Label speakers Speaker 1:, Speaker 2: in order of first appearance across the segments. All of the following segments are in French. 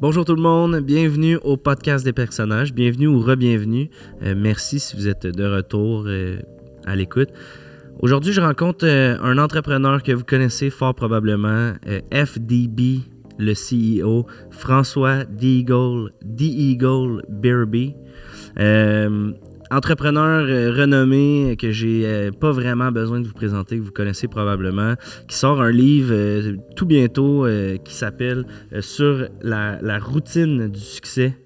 Speaker 1: Bonjour tout le monde, bienvenue au podcast des personnages, bienvenue ou re-bienvenue. Euh, merci si vous êtes de retour euh, à l'écoute. Aujourd'hui, je rencontre euh, un entrepreneur que vous connaissez fort probablement, euh, FDB, le CEO, François Deagle, Deagle Birby. entrepreneur euh, renommé que j'ai euh, pas vraiment besoin de vous présenter, que vous connaissez probablement, qui sort un livre euh, tout bientôt euh, qui s'appelle euh, Sur la, la routine du succès.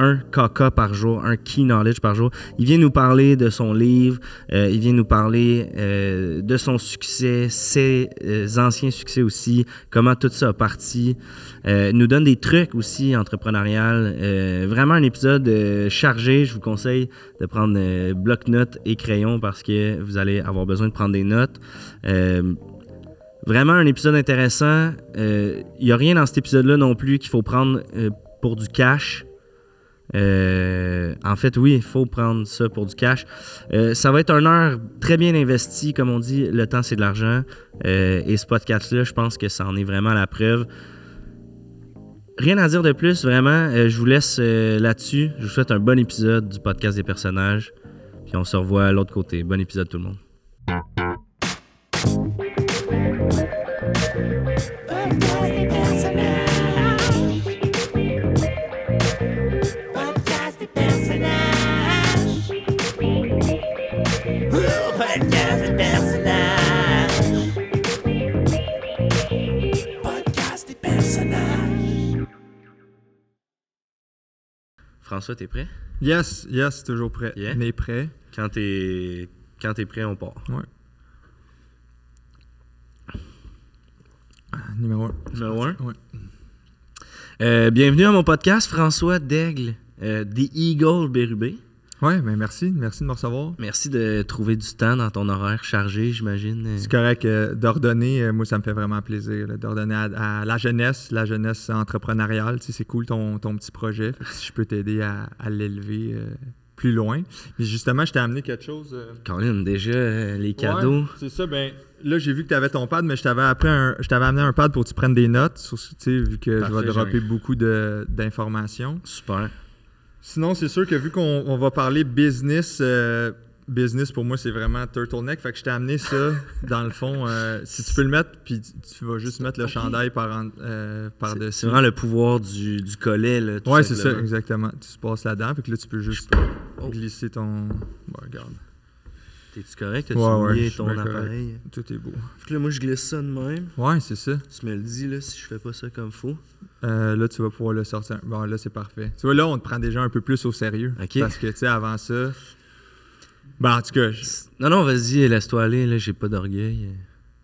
Speaker 1: Un caca par jour, un key knowledge par jour. Il vient nous parler de son livre, euh, il vient nous parler euh, de son succès, ses euh, anciens succès aussi, comment tout ça a parti. Euh, il nous donne des trucs aussi entrepreneurial. Euh, vraiment un épisode euh, chargé. Je vous conseille de prendre euh, bloc-notes et crayon parce que vous allez avoir besoin de prendre des notes. Euh, Vraiment un épisode intéressant. Il n'y a rien dans cet épisode-là non plus qu'il faut prendre euh, pour du cash. Euh, en fait, oui, il faut prendre ça pour du cash. Euh, ça va être une heure très bien investie, comme on dit, le temps c'est de l'argent. Euh, et ce podcast-là, je pense que ça en est vraiment la preuve. Rien à dire de plus, vraiment. Euh, je vous laisse euh, là-dessus. Je vous souhaite un bon épisode du podcast des personnages. Puis on se revoit à l'autre côté. Bon épisode tout le monde.
Speaker 2: Podcast des personnages. Podcast des personnages. Ouh, Podcast des personnages. Podcast des personnages.
Speaker 1: François, t'es prêt?
Speaker 3: Yes, yes, toujours prêt.
Speaker 1: Yeah.
Speaker 3: On est prêt.
Speaker 1: Quand t'es quand t'es prêt, on part.
Speaker 3: Ouais. Ah, Numéro 1.
Speaker 1: Numéro un.
Speaker 3: Ouais.
Speaker 1: Euh, bienvenue à mon podcast, François Daigle, euh, The Eagle Bérubé.
Speaker 3: Ouais, ben merci, merci de me recevoir.
Speaker 1: Merci de trouver du temps dans ton horaire chargé, j'imagine. Euh,
Speaker 3: C'est correct euh, d'ordonner, euh, moi ça me fait vraiment plaisir, là, d'ordonner à, à la jeunesse, la jeunesse entrepreneuriale, tu sais, c'est cool ton, ton petit projet, Fait que si je peux t'aider à, à l'élever euh, plus loin. Mais justement, je t'ai amené quelque chose... euh,
Speaker 1: Colin, déjà, euh, les cadeaux.
Speaker 3: Ouais, c'est ça, ben là, j'ai vu que tu avais ton pad, mais je t'avais après un- je t'avais amené un pad pour que tu prennes des notes, sur ce- tu sais, vu que
Speaker 1: Parfait,
Speaker 3: je vais dropper
Speaker 1: j'en ai.
Speaker 3: beaucoup de- d'informations.
Speaker 1: Super.
Speaker 3: Sinon, c'est sûr que vu qu'on on va parler business, euh, business pour moi, c'est vraiment turtleneck. Fait que je t'ai amené ça, dans le fond. euh, si tu peux le mettre, puis tu- tu vas juste mettre le chandail par, en- euh,
Speaker 1: C'est-
Speaker 3: par-dessus.
Speaker 1: C'est vraiment le pouvoir du, du collet, là, tout
Speaker 3: ouais, c'est ça,
Speaker 1: simplement.
Speaker 3: exactement. Tu se passes là-dedans, puis que là, tu peux juste
Speaker 1: Oh.
Speaker 3: glisser ton. Ouais, regarde.
Speaker 1: T'es-tu correct? T'as-tu
Speaker 3: Ouais, ouais,
Speaker 1: oublié
Speaker 3: je suis
Speaker 1: ton
Speaker 3: bien
Speaker 1: appareil?
Speaker 3: Tout est beau.
Speaker 1: Fait que là, moi, je glisse ça de même.
Speaker 3: Ouais, c'est ça.
Speaker 1: Tu me le dis, là, si je fais pas ça comme faut.
Speaker 3: Euh, là, tu vas pouvoir le sortir. Bon, là, c'est parfait. Tu vois, là, on te prend déjà un peu plus au sérieux.
Speaker 1: Ok.
Speaker 3: Parce que, tu sais, avant ça. Ben, en tout cas, je-
Speaker 1: Non, non, vas-y, laisse-toi aller, là, j'ai pas d'orgueil.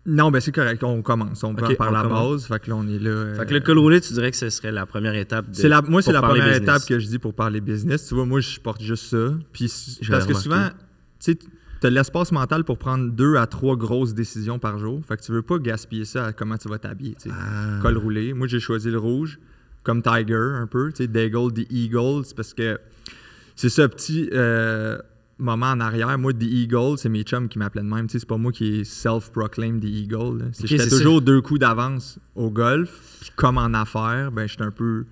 Speaker 3: Non, ben c'est correct. On commence. On part
Speaker 1: Ok,
Speaker 3: par
Speaker 1: on
Speaker 3: la
Speaker 1: commence.
Speaker 3: base. Fait que là, on est là. euh,
Speaker 1: Fait que le col roulé, tu dirais que ce serait la première étape de.
Speaker 3: c'est la, moi, c'est
Speaker 1: pour
Speaker 3: la
Speaker 1: parler
Speaker 3: première
Speaker 1: business.
Speaker 3: étape que je dis pour parler business. Tu vois, moi, je porte juste ça. Puis, s-
Speaker 1: J'avais
Speaker 3: parce que souvent,
Speaker 1: remarqué.
Speaker 3: tu sais, t'as l'espace mental pour prendre deux à trois grosses décisions par jour. Fait que tu veux pas gaspiller ça à comment tu vas t'habiller. tu sais.
Speaker 1: Ah.
Speaker 3: Col roulé. Moi, j'ai choisi le rouge, comme Tiger, un peu. Tu sais, Daigle, The Eagle. C'est parce que c'est ce petit euh, moment en arrière. Moi, The Eagle, c'est mes chums qui m'appelaient de même. Tu sais, C'est pas moi qui self-proclaim The Eagle. là. C'est-
Speaker 1: Ok,
Speaker 3: J'étais
Speaker 1: c'est ça.
Speaker 3: toujours deux coups d'avance au golf. Puis comme en affaires, ben, j'étais un peu.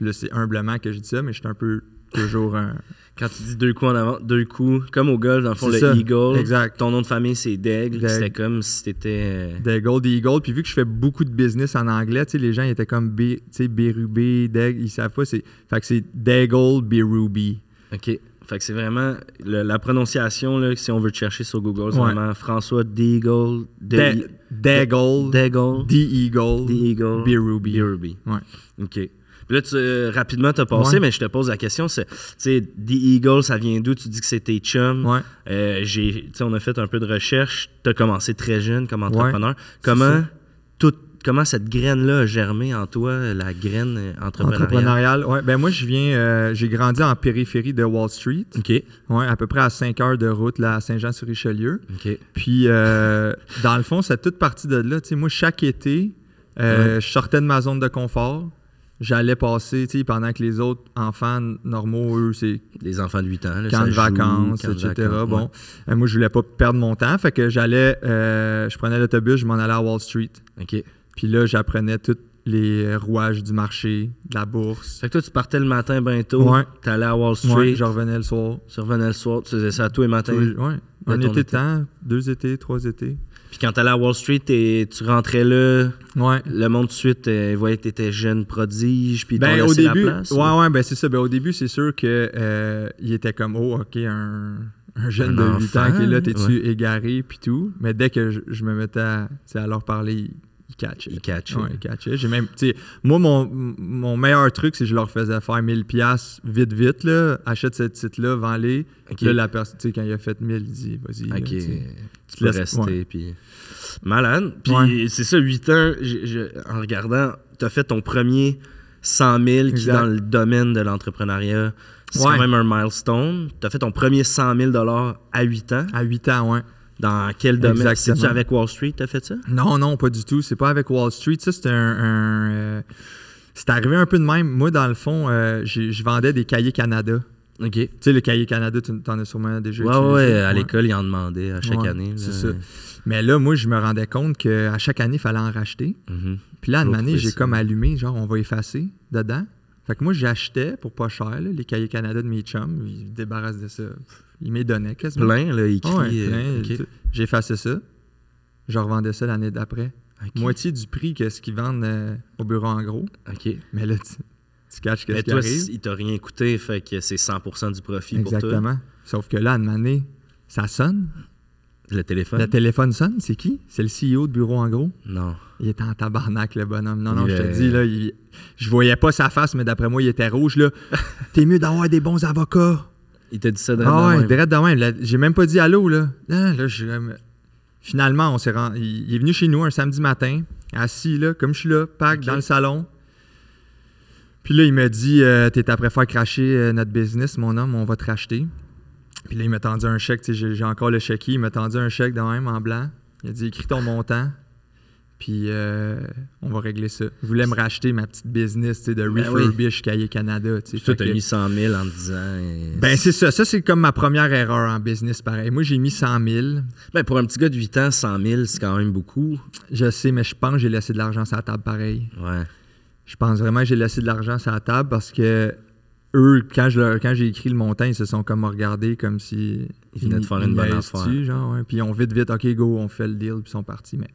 Speaker 3: Là, c'est humblement que je dis ça, mais j'étais un peu toujours un.
Speaker 1: Quand tu dis deux coups en avant, deux coups, comme au golf, dans le fond, le
Speaker 3: C'est ça,
Speaker 1: Eagle.
Speaker 3: exact.
Speaker 1: Ton nom de famille, c'est Daigle.
Speaker 3: Daigle.
Speaker 1: C'était comme si t'étais. euh,
Speaker 3: Daigle, The Eagle. Puis vu que je fais beaucoup de business en anglais, tu sais, les gens ils étaient comme B, tu sais, Bérubé, Daigle, ils savent pas. c'est- Fait que c'est Daigle, Berube.
Speaker 1: euh, OK. Fait que c'est vraiment le- la prononciation, là, que si on veut te chercher sur Google, c'est
Speaker 3: Ouais.
Speaker 1: vraiment François Deagle.
Speaker 3: Da-
Speaker 1: De-
Speaker 3: Daigle,
Speaker 1: Daigle.
Speaker 3: The Eagle,
Speaker 1: The Eagle.
Speaker 3: Berube.
Speaker 1: Berube.
Speaker 3: Ouais.
Speaker 1: OK. Puis là, tu, euh, rapidement, t'as passé,
Speaker 3: Ouais.
Speaker 1: mais je te pose la question. c'est, Tu sais, The Eagle, ça vient d'où? Tu dis que c'était chum.
Speaker 3: Ouais.
Speaker 1: Euh, j'ai, tu sais, on a fait un peu de recherche. Tu as commencé très jeune comme entrepreneur. comment,
Speaker 3: ça.
Speaker 1: tout, comment cette graine-là a germé en toi, la graine euh, entrepreneuriale?
Speaker 3: Entrepreneurial. Ouais. Ben moi, je viens, euh, j'ai grandi en périphérie de Wall Street,
Speaker 1: OK.
Speaker 3: ouais, à peu près à 5 heures de route là, à Saint-Jean-sur-Richelieu.
Speaker 1: OK.
Speaker 3: Puis, euh, dans le fond, c'est toute partie de là. Tu sais, moi, chaque été, euh, je sortais de ma zone de confort. J'allais passer, tu sais, pendant que les autres enfants normaux, eux, c'est
Speaker 1: Des enfants de 8 ans. là, Ben,
Speaker 3: camp
Speaker 1: ça
Speaker 3: de
Speaker 1: joue,
Speaker 3: vacances,
Speaker 1: camp de
Speaker 3: etc.
Speaker 1: vacances,
Speaker 3: bon,
Speaker 1: ouais.
Speaker 3: Euh, moi, je voulais pas perdre mon temps. Fait que j'allais, euh, je prenais l'autobus, je m'en allais à Wall Street.
Speaker 1: OK.
Speaker 3: Puis là, j'apprenais toutes les rouages du marché, de la bourse.
Speaker 1: Fait que toi, tu partais le matin bientôt,
Speaker 3: Ouais.
Speaker 1: t'allais à Wall Street,
Speaker 3: Ouais, je revenais le soir.
Speaker 1: tu revenais le soir, tu faisais ça tous les matins.
Speaker 3: Tous les- ouais,
Speaker 1: de ton
Speaker 3: un été
Speaker 1: été.
Speaker 3: de temps, deux étés, trois étés.
Speaker 1: Puis quand t'allais à Wall Street, t'es- tu rentrais là,
Speaker 3: Ouais.
Speaker 1: le monde tout de suite euh, voyait que t'étais jeune prodige, puis ils
Speaker 3: Ben,
Speaker 1: t'ont
Speaker 3: au
Speaker 1: laissé
Speaker 3: début,
Speaker 1: la place.
Speaker 3: ouais, ouais, ben c'est ça. Ben, au début, c'est sûr que euh, il était comme oh, ok, un, un jeune
Speaker 1: Un
Speaker 3: de 8
Speaker 1: enfant,
Speaker 3: ans qui est là,
Speaker 1: hein,
Speaker 3: t'es-tu égaré puis tout. Mais dès que je, je me mettais à, tu sais, à leur parler, ils ils catchaient.
Speaker 1: Ils catchaient.
Speaker 3: Ouais, ils catchaient. J'ai même, tu sais, moi mon, mon meilleur truc, c'est que je leur faisais faire 1000 pièces vite vite là, achète cette titre là, vends-les.
Speaker 1: Ok.
Speaker 3: Là la personne, tu sais, quand il a fait 1000, il dit vas-y. là,
Speaker 1: Ok,
Speaker 3: tu sais.
Speaker 1: tu peux
Speaker 3: laisses-
Speaker 1: rester,
Speaker 3: ouais.
Speaker 1: puis... Malade. Puis
Speaker 3: Ouais.
Speaker 1: c'est ça, 8 ans, je- je- en regardant, t'as fait ton premier 100 000 qui,
Speaker 3: Exact.
Speaker 1: dans le domaine de l'entrepreneuriat, c'est
Speaker 3: Ouais.
Speaker 1: quand même un milestone. T'as fait ton premier 100 000 à 8 ans.
Speaker 3: À 8 ans, ouais.
Speaker 1: Dans quel domaine?
Speaker 3: Exactement.
Speaker 1: C'est-tu avec Wall Street, t'as fait ça?
Speaker 3: Non, non, pas du tout. C'est pas avec Wall Street. Ça, c'était un. un, euh, c'est arrivé un peu de même. Moi, dans le fond, euh, j'ai- je vendais des cahiers Canada.
Speaker 1: OK.
Speaker 3: Tu sais, le cahier Canada, tu en as sûrement déjà
Speaker 1: ouais,
Speaker 3: utilisé.
Speaker 1: ouais, à l'école, ils en demandaient à chaque
Speaker 3: Ouais,
Speaker 1: année.
Speaker 3: C'est
Speaker 1: là.
Speaker 3: ça. Mais là, moi, je me rendais compte qu'à chaque année, il fallait en racheter.
Speaker 1: Mhm.
Speaker 3: Puis là, à une
Speaker 1: Faut
Speaker 3: année,
Speaker 1: trouver
Speaker 3: j'ai
Speaker 1: ça.
Speaker 3: comme allumé, genre, on va effacer dedans. Fait que moi, j'achetais pour pas cher là, les cahiers Canada de mes chums. Ils me débarrassent de ça. Pff, Ils me les donnaient quasiment.
Speaker 1: Plein, là, ils crient.
Speaker 3: Ouais,
Speaker 1: euh,
Speaker 3: plein.
Speaker 1: OK.
Speaker 3: J'effaçais ça. Je revendais ça l'année d'après.
Speaker 1: OK.
Speaker 3: moitié du prix que ce qu'ils vendent euh, au bureau en gros.
Speaker 1: OK.
Speaker 3: Mais là, tu, tu catches
Speaker 1: Mais
Speaker 3: qu'est-ce qui
Speaker 1: toi,
Speaker 3: arrive.
Speaker 1: il t'a rien coûté, fait que c'est 100 du profit pour toi.
Speaker 3: Exactement. Sauf que là, à une année, ça sonne.
Speaker 1: Le téléphone?
Speaker 3: Le téléphone sonne, c'est qui? C'est le CEO de bureau en gros.
Speaker 1: Non.
Speaker 3: Il était en tabarnak, le bonhomme. Non,
Speaker 1: Il
Speaker 3: non, je
Speaker 1: est-
Speaker 3: te dis, là, il- je voyais pas sa face, mais d'après moi, il était rouge, là. T'es mieux d'avoir des bons avocats.
Speaker 1: Il t'a dit ça dans
Speaker 3: Ah ouais,
Speaker 1: le
Speaker 3: direct de même. Là, J'ai même pas dit allô, là. Là, là, je- euh, Finalement, on s'est rend- il il est venu chez nous un samedi matin, assis, là, comme je suis là, pack,
Speaker 1: Ok.
Speaker 3: dans le salon. Puis là, il m'a dit euh, T'es après faire cracher euh, notre business, mon homme, on va te racheter. Puis là, il m'a tendu un chèque, tu sais, j'ai j'ai encore le chéquier, il m'a tendu un chèque de même en blanc. Il a dit Écris ton montant, puis euh, on va régler ça. Je voulais me racheter ma petite business tu sais, de
Speaker 1: Ben oui.
Speaker 3: Refurbish Cahier Canada. tu sais.
Speaker 1: Toi,
Speaker 3: Fait
Speaker 1: t'as
Speaker 3: que-
Speaker 1: mis 100 000 en te disant... eh,
Speaker 3: ben, c'est ça. Ça, c'est comme ma première erreur en business, pareil. Moi, j'ai mis 100 000.
Speaker 1: ben, pour un petit gars de 8 ans, 100 000, c'est quand même beaucoup.
Speaker 3: Je sais, mais je pense que j'ai laissé de l'argent sur la table, pareil.
Speaker 1: Ouais.
Speaker 3: Je pense vraiment que j'ai laissé de l'argent sur la table parce que eux, quand je leur- quand j'ai écrit le montant, ils se sont comme regardés comme si.
Speaker 1: Ils venaient de faire une
Speaker 3: ils
Speaker 1: bonne
Speaker 3: niaisent-tu,
Speaker 1: affaire.
Speaker 3: genre, ouais. Puis on vite, vite, OK, go, on fait le deal, puis ils sont partis. Mais.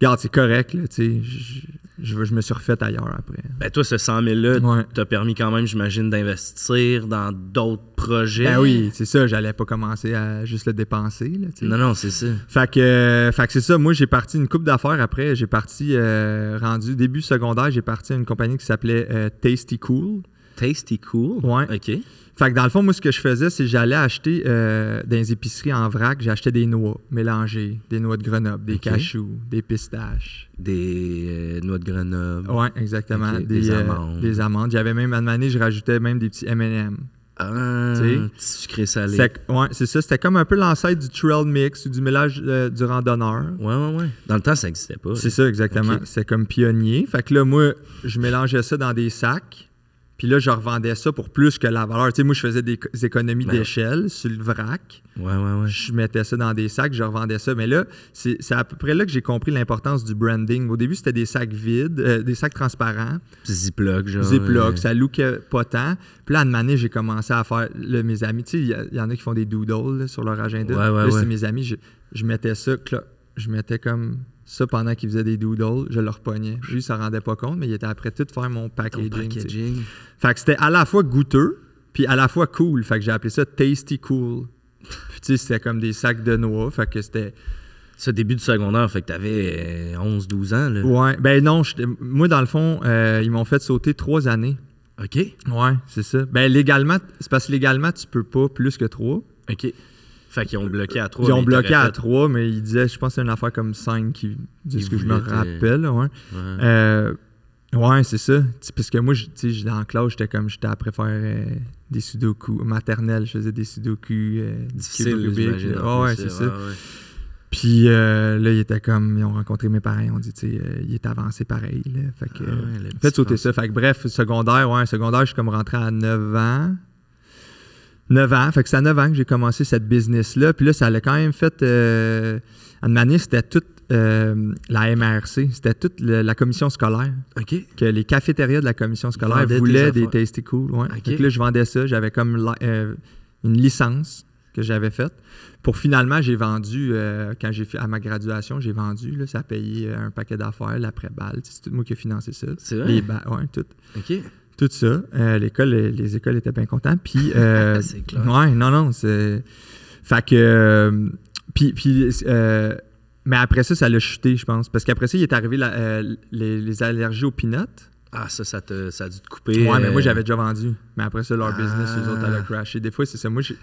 Speaker 3: Regarde, c'est correct, là, tu sais. Je, je- je me suis refait ailleurs après.
Speaker 1: Ben, toi, ce 100 000-là,
Speaker 3: Ouais.
Speaker 1: t'a permis quand même, j'imagine, d'investir dans d'autres projets.
Speaker 3: Ben oui, c'est ça, j'allais pas commencer à juste le dépenser, là, tu sais.
Speaker 1: Non, non, c'est ça.
Speaker 3: Fait que, euh, fait que c'est ça. Moi, j'ai parti une coupe d'affaires après. J'ai parti, euh, rendu début secondaire, j'ai parti à une compagnie qui s'appelait euh, Tasty Cool.
Speaker 1: Tasty cool.
Speaker 3: Ouais.
Speaker 1: OK.
Speaker 3: Fait que dans le fond, moi, ce que je faisais, c'est que j'allais acheter euh, dans les épiceries en vrac, j'achetais des noix mélangées, des noix de Grenoble, des
Speaker 1: Ok.
Speaker 3: cachous, des pistaches.
Speaker 1: Des euh, noix de Grenoble.
Speaker 3: Ouais, exactement.
Speaker 1: Ok,
Speaker 3: Des,
Speaker 1: des
Speaker 3: euh,
Speaker 1: amandes.
Speaker 3: des amandes. J'avais même, à une année, je rajoutais même des petits M&M.
Speaker 1: Ah,
Speaker 3: Tu sais.
Speaker 1: petit sucré salé.
Speaker 3: C'est ouais, c'est ça. C'était comme un peu l'ancêtre du trail mix ou du mélange euh, du randonneur.
Speaker 1: Ouais, ouais, ouais. Dans le temps, ça n'existait pas.
Speaker 3: C'est ça, exactement.
Speaker 1: Ok.
Speaker 3: C'était comme pionnier. Fait que là, moi, je mélangeais ça dans des sacs. Puis là, je revendais ça pour plus que la valeur. Tu sais, moi, je faisais des co- des économies
Speaker 1: Ben ouais.
Speaker 3: d'échelle sur le vrac.
Speaker 1: Ouais, ouais, ouais.
Speaker 3: Je mettais ça dans des sacs, je revendais ça. Mais là, c'est c'est à peu près là que j'ai compris l'importance du branding. Au début, c'était des sacs vides, euh, des sacs transparents,
Speaker 1: Petit Ziploc, genre.
Speaker 3: Ziploc,
Speaker 1: euh,
Speaker 3: ça lookait pas tant. Puis là, à une année, j'ai commencé à faire, là, mes amis, tu sais, il y a- il y, en a qui font des doodles là, sur leur agenda.
Speaker 1: Ouais, ouais,
Speaker 3: là, c'est
Speaker 1: ouais.
Speaker 3: mes amis, je, je mettais ça, clo- je mettais comme ça pendant qu'ils faisaient des doodles, je leur pognais. Lui, il s'en rendait pas compte, mais il était après tout faire mon
Speaker 1: ton
Speaker 3: packaging. tu sais.
Speaker 1: packaging.
Speaker 3: Fait que c'était à la fois goûteux, puis à la fois cool. Fait que j'ai appelé ça Tasty Cool. Puis tu sais, c'était comme des sacs de noix, fait que c'était...
Speaker 1: Ça, début du secondaire, fait que t'avais euh, 11-12 ans, là.
Speaker 3: Ouais, ben non, j'étais- moi, dans le fond, euh, ils m'ont fait sauter trois années.
Speaker 1: OK.
Speaker 3: Ouais, c'est ça. Ben légalement, c'est parce que légalement, tu peux pas plus que trois.
Speaker 1: OK. Fait qu'ils ont bloqué à 3.
Speaker 3: Ils ont bloqué à trois, mais ils disaient, je pense que c'est une affaire comme cinq qui. De
Speaker 1: Ils
Speaker 3: ce que je me
Speaker 1: voulaient, euh,
Speaker 3: rappelle, ouais. Euh, ouais, c'est ça. Tu sais, Parce que moi, je- tu sais, j'étais en classe, j'étais comme, j'étais après faire euh, des sudoku maternelle, je faisais des sudoku, euh, du cube
Speaker 1: Difficile,
Speaker 3: Rubik,
Speaker 1: j'imagine.
Speaker 3: là.
Speaker 1: en
Speaker 3: Ah Ouais,
Speaker 1: plus,
Speaker 3: c'est
Speaker 1: euh,
Speaker 3: ça.
Speaker 1: ouais, ouais.
Speaker 3: Puis euh, là, ils étaient comme, ils ont rencontré mes parents, ils ont dit, tu sais, euh, il est avancé pareil. là. Fait que,
Speaker 1: Ah
Speaker 3: euh,
Speaker 1: ouais, le petit
Speaker 3: Faites sauter ça. Fait que bref, secondaire, ouais, secondaire, je suis comme rentré à 9 ans. 9 ans. Fait que c'est à 9 ans que j'ai commencé cette business-là. Puis là, ça l'a quand même fait. Euh, en année, c'était tout euh, la MRC, c'était toute le- la commission scolaire,
Speaker 1: OK.
Speaker 3: que les cafétérias de la commission scolaire
Speaker 1: Vendaient tes
Speaker 3: voulaient des
Speaker 1: affaires.
Speaker 3: Tasty Cool. Ouais.
Speaker 1: Ok.
Speaker 3: Fait que là, je vendais ça. J'avais comme la- euh, une licence que j'avais faite. Pour finalement, j'ai vendu, euh, quand j'ai fait à ma graduation, j'ai vendu. là, ça a payé euh, un paquet d'affaires, l'après-balle. C'est tout moi qui ai financé ça.
Speaker 1: C'est vrai?
Speaker 3: Les ba- ouais, tout.
Speaker 1: OK.
Speaker 3: Tout ça. Euh, L'école, les, les écoles étaient bien contentes. Puis, euh,
Speaker 1: C'est clair.
Speaker 3: Ouais, non, non. C'est... Fait que. euh, puis, puis, euh, mais après ça, ça l'a chuté, je pense. Parce qu'après ça, il est arrivé la- euh, les, les allergies aux peanuts.
Speaker 1: Ah, ça, ça, te, ça a dû te couper.
Speaker 3: ouais, mais
Speaker 1: euh,
Speaker 3: moi, j'avais déjà vendu. Mais après ça, leur
Speaker 1: Ah.
Speaker 3: business, eux autres, elle a crashé. Des fois, c'est ça. Moi, j'ai-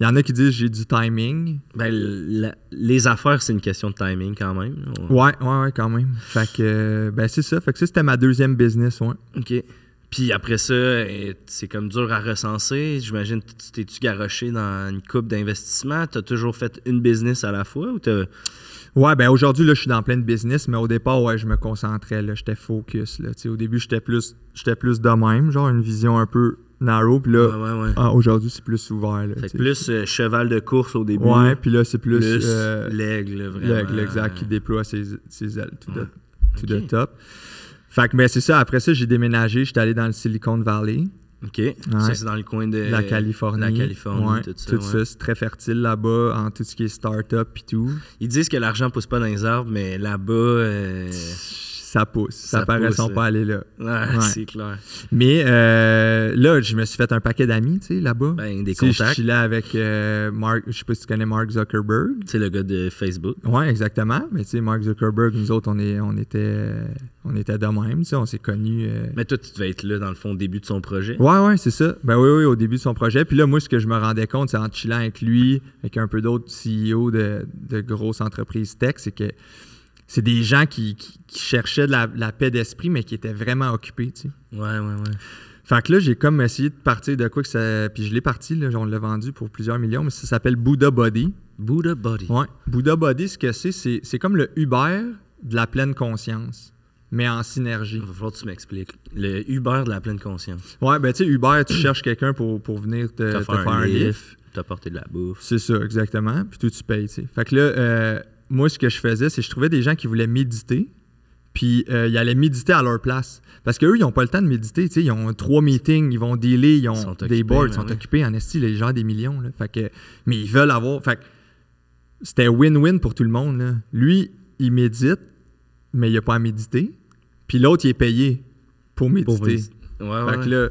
Speaker 3: il y en a qui disent j'ai du timing.
Speaker 1: ben, la- les affaires, c'est une question de timing quand même. On-
Speaker 3: Ouais, ouais, ouais, quand même. Fait que. euh, ben, c'est ça. Fait que ça, c'était ma deuxième business, ouais.
Speaker 1: OK. Puis après ça, euh, c'est comme dur à recenser. J'imagine, tu t'es-tu garoché dans une coupe d'investissement? T'as toujours fait une business à la fois ou
Speaker 3: Euh,
Speaker 1: t'as.
Speaker 3: Ouais, ben aujourd'hui, là, je suis dans plein de business, mais au départ, ouais, je me concentrais, là, j'étais focus, là. Tu sais, au début, j'étais plus, j'étais plus de même, genre une vision un peu narrow, puis là,
Speaker 1: Ouais, ouais, ouais.
Speaker 3: ah, aujourd'hui, c'est plus ouvert, là. tu
Speaker 1: Fait que
Speaker 3: sais.
Speaker 1: plus euh, cheval de course au début.
Speaker 3: Ouais, puis là, c'est plus,
Speaker 1: plus
Speaker 3: euh,
Speaker 1: l'aigle, vraiment. euh,
Speaker 3: l'aigle, exact, qui déploie ses, ses ailes, tout, de, tout de
Speaker 1: Ok.
Speaker 3: top. Fait que, mais c'est ça, après ça, j'ai déménagé, j'étais allé dans le Silicon Valley.
Speaker 1: OK. Ça, c'est dans le coin de
Speaker 3: la Californie.
Speaker 1: Euh, La Californie,
Speaker 3: Ouais,
Speaker 1: tout ça. ouais.
Speaker 3: c'est très fertile là-bas, en tout ce qui est start-up et tout.
Speaker 1: Ils disent que l'argent pousse pas dans les arbres, mais là-bas, euh,
Speaker 3: Ça pousse, ça,
Speaker 1: ça
Speaker 3: paraît
Speaker 1: pousse,
Speaker 3: sont
Speaker 1: là.
Speaker 3: pas aller là.
Speaker 1: ah,
Speaker 3: Ouais.
Speaker 1: c'est clair.
Speaker 3: Mais euh, là, je me suis fait un paquet d'amis, tu sais, là-bas.
Speaker 1: Ben, des
Speaker 3: Tu sais, Je
Speaker 1: contacts.
Speaker 3: suis là avec euh, Mark, je sais pas si tu connais Mark Zuckerberg.
Speaker 1: C'est le gars de Facebook.
Speaker 3: Oui, exactement. Mais tu sais, Mark Zuckerberg, nous autres, on, est, on, était, euh, on était de même, tu sais, on s'est connus. euh.
Speaker 1: Mais toi, tu devais être là, dans le fond, au début de son projet.
Speaker 3: Ouais, ouais, c'est ça. Ben oui, oui, au début de son projet. Puis là, moi, ce que je me rendais compte, c'est en chillant avec lui, avec un peu d'autres CEO de, de grosses entreprises tech, c'est que c'est des gens qui, qui- qui cherchaient de la, la paix d'esprit, mais qui étaient vraiment occupés, tu sais.
Speaker 1: Ouais, ouais, ouais.
Speaker 3: Fait que là, j'ai comme essayé de partir de quoi que ça. Puis je l'ai parti, là, on l'a vendu pour plusieurs millions, mais ça s'appelle Buddha Body.
Speaker 1: Buddha Body.
Speaker 3: Ouais. Buddha Body, ce que c'est, c'est, c'est comme le Uber de la pleine conscience, mais en synergie.
Speaker 1: Il va falloir que tu m'expliques. Le Uber de la pleine conscience.
Speaker 3: Ouais, ben tu sais, Uber, tu cherches quelqu'un pour, pour venir te,
Speaker 1: T'as
Speaker 3: te
Speaker 1: fait
Speaker 3: faire un lift.
Speaker 1: t'apporter de la bouffe.
Speaker 3: C'est ça, exactement. Puis toi, tu payes, tu sais. Fait que là, euh, moi, ce que je faisais, c'est que je trouvais des gens qui voulaient méditer, puis euh, ils allaient méditer à leur place. Parce qu'eux, ils n'ont pas le temps de méditer, tu sais. Ils ont trois meetings, ils vont dealer, ils ont
Speaker 1: sont
Speaker 3: des
Speaker 1: occupés,
Speaker 3: boards,
Speaker 1: ben
Speaker 3: ils sont
Speaker 1: oui.
Speaker 3: occupés en esti, les gens des millions, là. Fait que, mais ils veulent avoir... Fait que c'était win-win pour tout le monde, là. Lui, il médite, mais il n'a pas à méditer. Puis l'autre, il est payé pour méditer.
Speaker 1: Ouais, Ah ouais.
Speaker 3: Fait que là...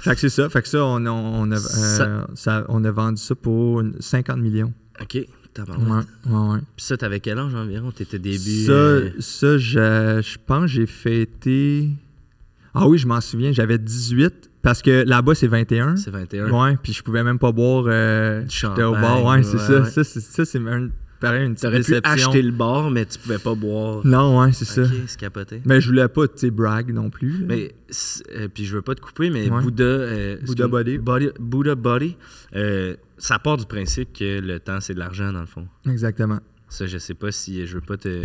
Speaker 3: Fait que c'est ça. Fait que ça, on, on- on a, euh,
Speaker 1: Ça-
Speaker 3: ça- on a vendu ça pour une- 50 millions.
Speaker 1: OK. tabarouette.
Speaker 3: Ouais, ouais, ouais.
Speaker 1: Puis ça, t'avais quel âge environ? T'étais début...
Speaker 3: ça,
Speaker 1: euh,
Speaker 3: ça, je, je pense que j'ai fêté. Ah oui, je m'en souviens, j'avais 18 parce que là-bas c'est 21.
Speaker 1: C'est 21.
Speaker 3: Ouais, puis je pouvais même pas boire. euh, J'étais au bar,
Speaker 1: champagne,
Speaker 3: ouais, c'est
Speaker 1: ouais,
Speaker 3: ça.
Speaker 1: ouais.
Speaker 3: Ça, c'est, ça, c'est un- pareil, une petite
Speaker 1: T'aurais pu
Speaker 3: déception.
Speaker 1: acheter le bar, mais tu pouvais pas boire.
Speaker 3: Non, ouais, c'est ça.
Speaker 1: OK, c'est capoté.
Speaker 3: Mais je voulais pas, tu sais, brag non plus. là.
Speaker 1: Mais, c'est- euh, puis je veux pas te couper, mais
Speaker 3: Ouais.
Speaker 1: Bouddha, euh, excuse-
Speaker 3: Body.
Speaker 1: Buddha Body, euh, ça part du principe que le temps, c'est de l'argent, dans le fond.
Speaker 3: Exactement.
Speaker 1: Ça, je sais pas si je veux pas te.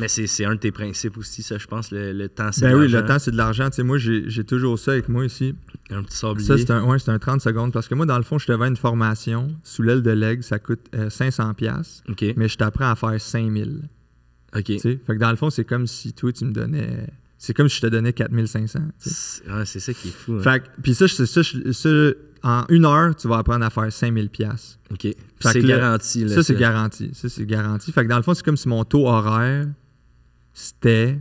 Speaker 1: Mais c'est c'est un de tes principes aussi, ça, je pense, le, le temps, c'est
Speaker 3: Ben
Speaker 1: de
Speaker 3: oui, le
Speaker 1: l'argent.
Speaker 3: temps, c'est de l'argent. Tu sais, moi, j'ai, j'ai toujours ça avec moi ici.
Speaker 1: Un petit sablier.
Speaker 3: Ça, c'est un, ouais, c'est un 30 secondes. Parce que moi, dans le fond, je te vends une formation sous l'aile de l'aigle, ça coûte euh, 500$, piastres,
Speaker 1: OK.
Speaker 3: mais je t'apprends à faire 5000$.
Speaker 1: OK.
Speaker 3: Tu sais, Fait que dans le fond, c'est comme si toi, tu me donnais. C'est comme si je te donnais 4500. tu sais.
Speaker 1: C'est ouais, c'est ça qui est fou. hein.
Speaker 3: Fait que, puis ça, c'est ça, je- ça, en une heure, tu vas apprendre à faire 5000 pièces.
Speaker 1: OK. Puis
Speaker 3: Fait
Speaker 1: C'est
Speaker 3: que là,
Speaker 1: garanti. là,
Speaker 3: Ça, c'est garanti. Ça, c'est garanti. Fait que dans le fond, c'est comme si mon taux horaire, c'était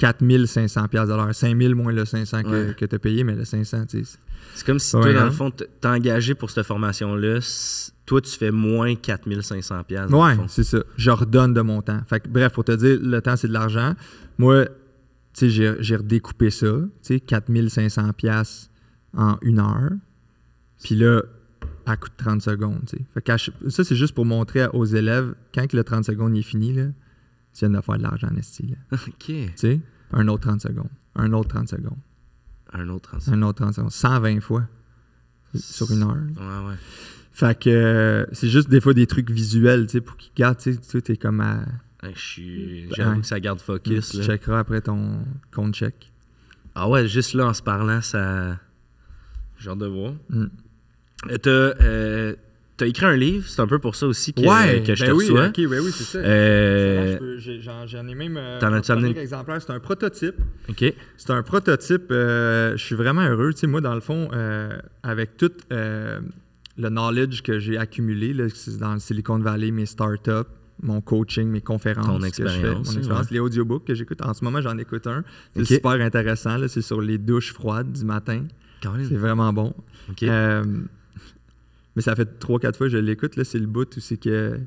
Speaker 3: 4500 pièces de l'heure. 5000 moins le 500 que,
Speaker 1: Ouais.
Speaker 3: que t'as payé, mais le 500, tu sais.
Speaker 1: C'est comme si
Speaker 3: Ouais,
Speaker 1: toi, dans
Speaker 3: hein.
Speaker 1: le fond, t- t'es engagé pour cette formation-là. c- Toi, tu fais moins 4500$. piastres, dans le
Speaker 3: Ouais,
Speaker 1: fond.
Speaker 3: c'est ça. Je redonne de mon temps. Fait que, bref, pour te dire, le temps, c'est de l'argent. Moi, tu sais, j'ai, j'ai redécoupé ça. Tu sais, 4500 pièces en une heure. Puis là, à coup de 30 secondes, tu sais. Fait qu'à ch- ça, c'est juste pour montrer à- aux élèves, quand que le 30 secondes il est fini, là, tu viens de faire de l'argent en esti, là.
Speaker 1: OK.
Speaker 3: Tu sais, un autre 30 secondes, un autre 30 secondes,
Speaker 1: Un autre ensemble.
Speaker 3: un autre 30 secondes, 120 fois sur une heure.
Speaker 1: Ouais, ouais.
Speaker 3: Fait que euh, c'est juste des fois des trucs visuels, tu sais, pour qu'ils gardent, tu sais, tu sais, t'es comme à...
Speaker 1: Hey, je suis- J'avoue
Speaker 3: Ouais.
Speaker 1: que ça garde focus.
Speaker 3: Tu
Speaker 1: là.
Speaker 3: checkeras après ton compte check.
Speaker 1: Ah ouais, juste là, en se parlant, ça. Genre de voir.
Speaker 3: Mm.
Speaker 1: Euh, T'as euh, t'as écrit un livre, c'est un peu pour ça aussi que, euh,
Speaker 3: ouais,
Speaker 1: que je
Speaker 3: ben
Speaker 1: te
Speaker 3: oui,
Speaker 1: reçois.
Speaker 3: ok, ben oui, c'est ça.
Speaker 1: Euh,
Speaker 3: Je peux- j'ai- J'en j'en ai même. euh,
Speaker 1: T'en
Speaker 3: un
Speaker 1: as-tu amené?
Speaker 3: premier exemplaire. C'est un prototype.
Speaker 1: OK.
Speaker 3: C'est un prototype. euh, je suis vraiment heureux. Tu sais, moi, dans le fond, euh, avec tout euh, le knowledge que j'ai accumulé là, c'est dans le Silicon Valley, mes startups, mon coaching, mes conférences,
Speaker 1: Ton
Speaker 3: ce que je fais,
Speaker 1: expérience,
Speaker 3: mon expérience, les audiobooks que j'écoute. En ce moment, j'en écoute un. C'est
Speaker 1: Ok.
Speaker 3: super intéressant. là. C'est sur les douches froides du matin.
Speaker 1: Caroline,
Speaker 3: C'est vraiment bon.
Speaker 1: OK.
Speaker 3: Euh, mais ça fait 3-4 fois que je l'écoute. là, C'est le bout où c'est que.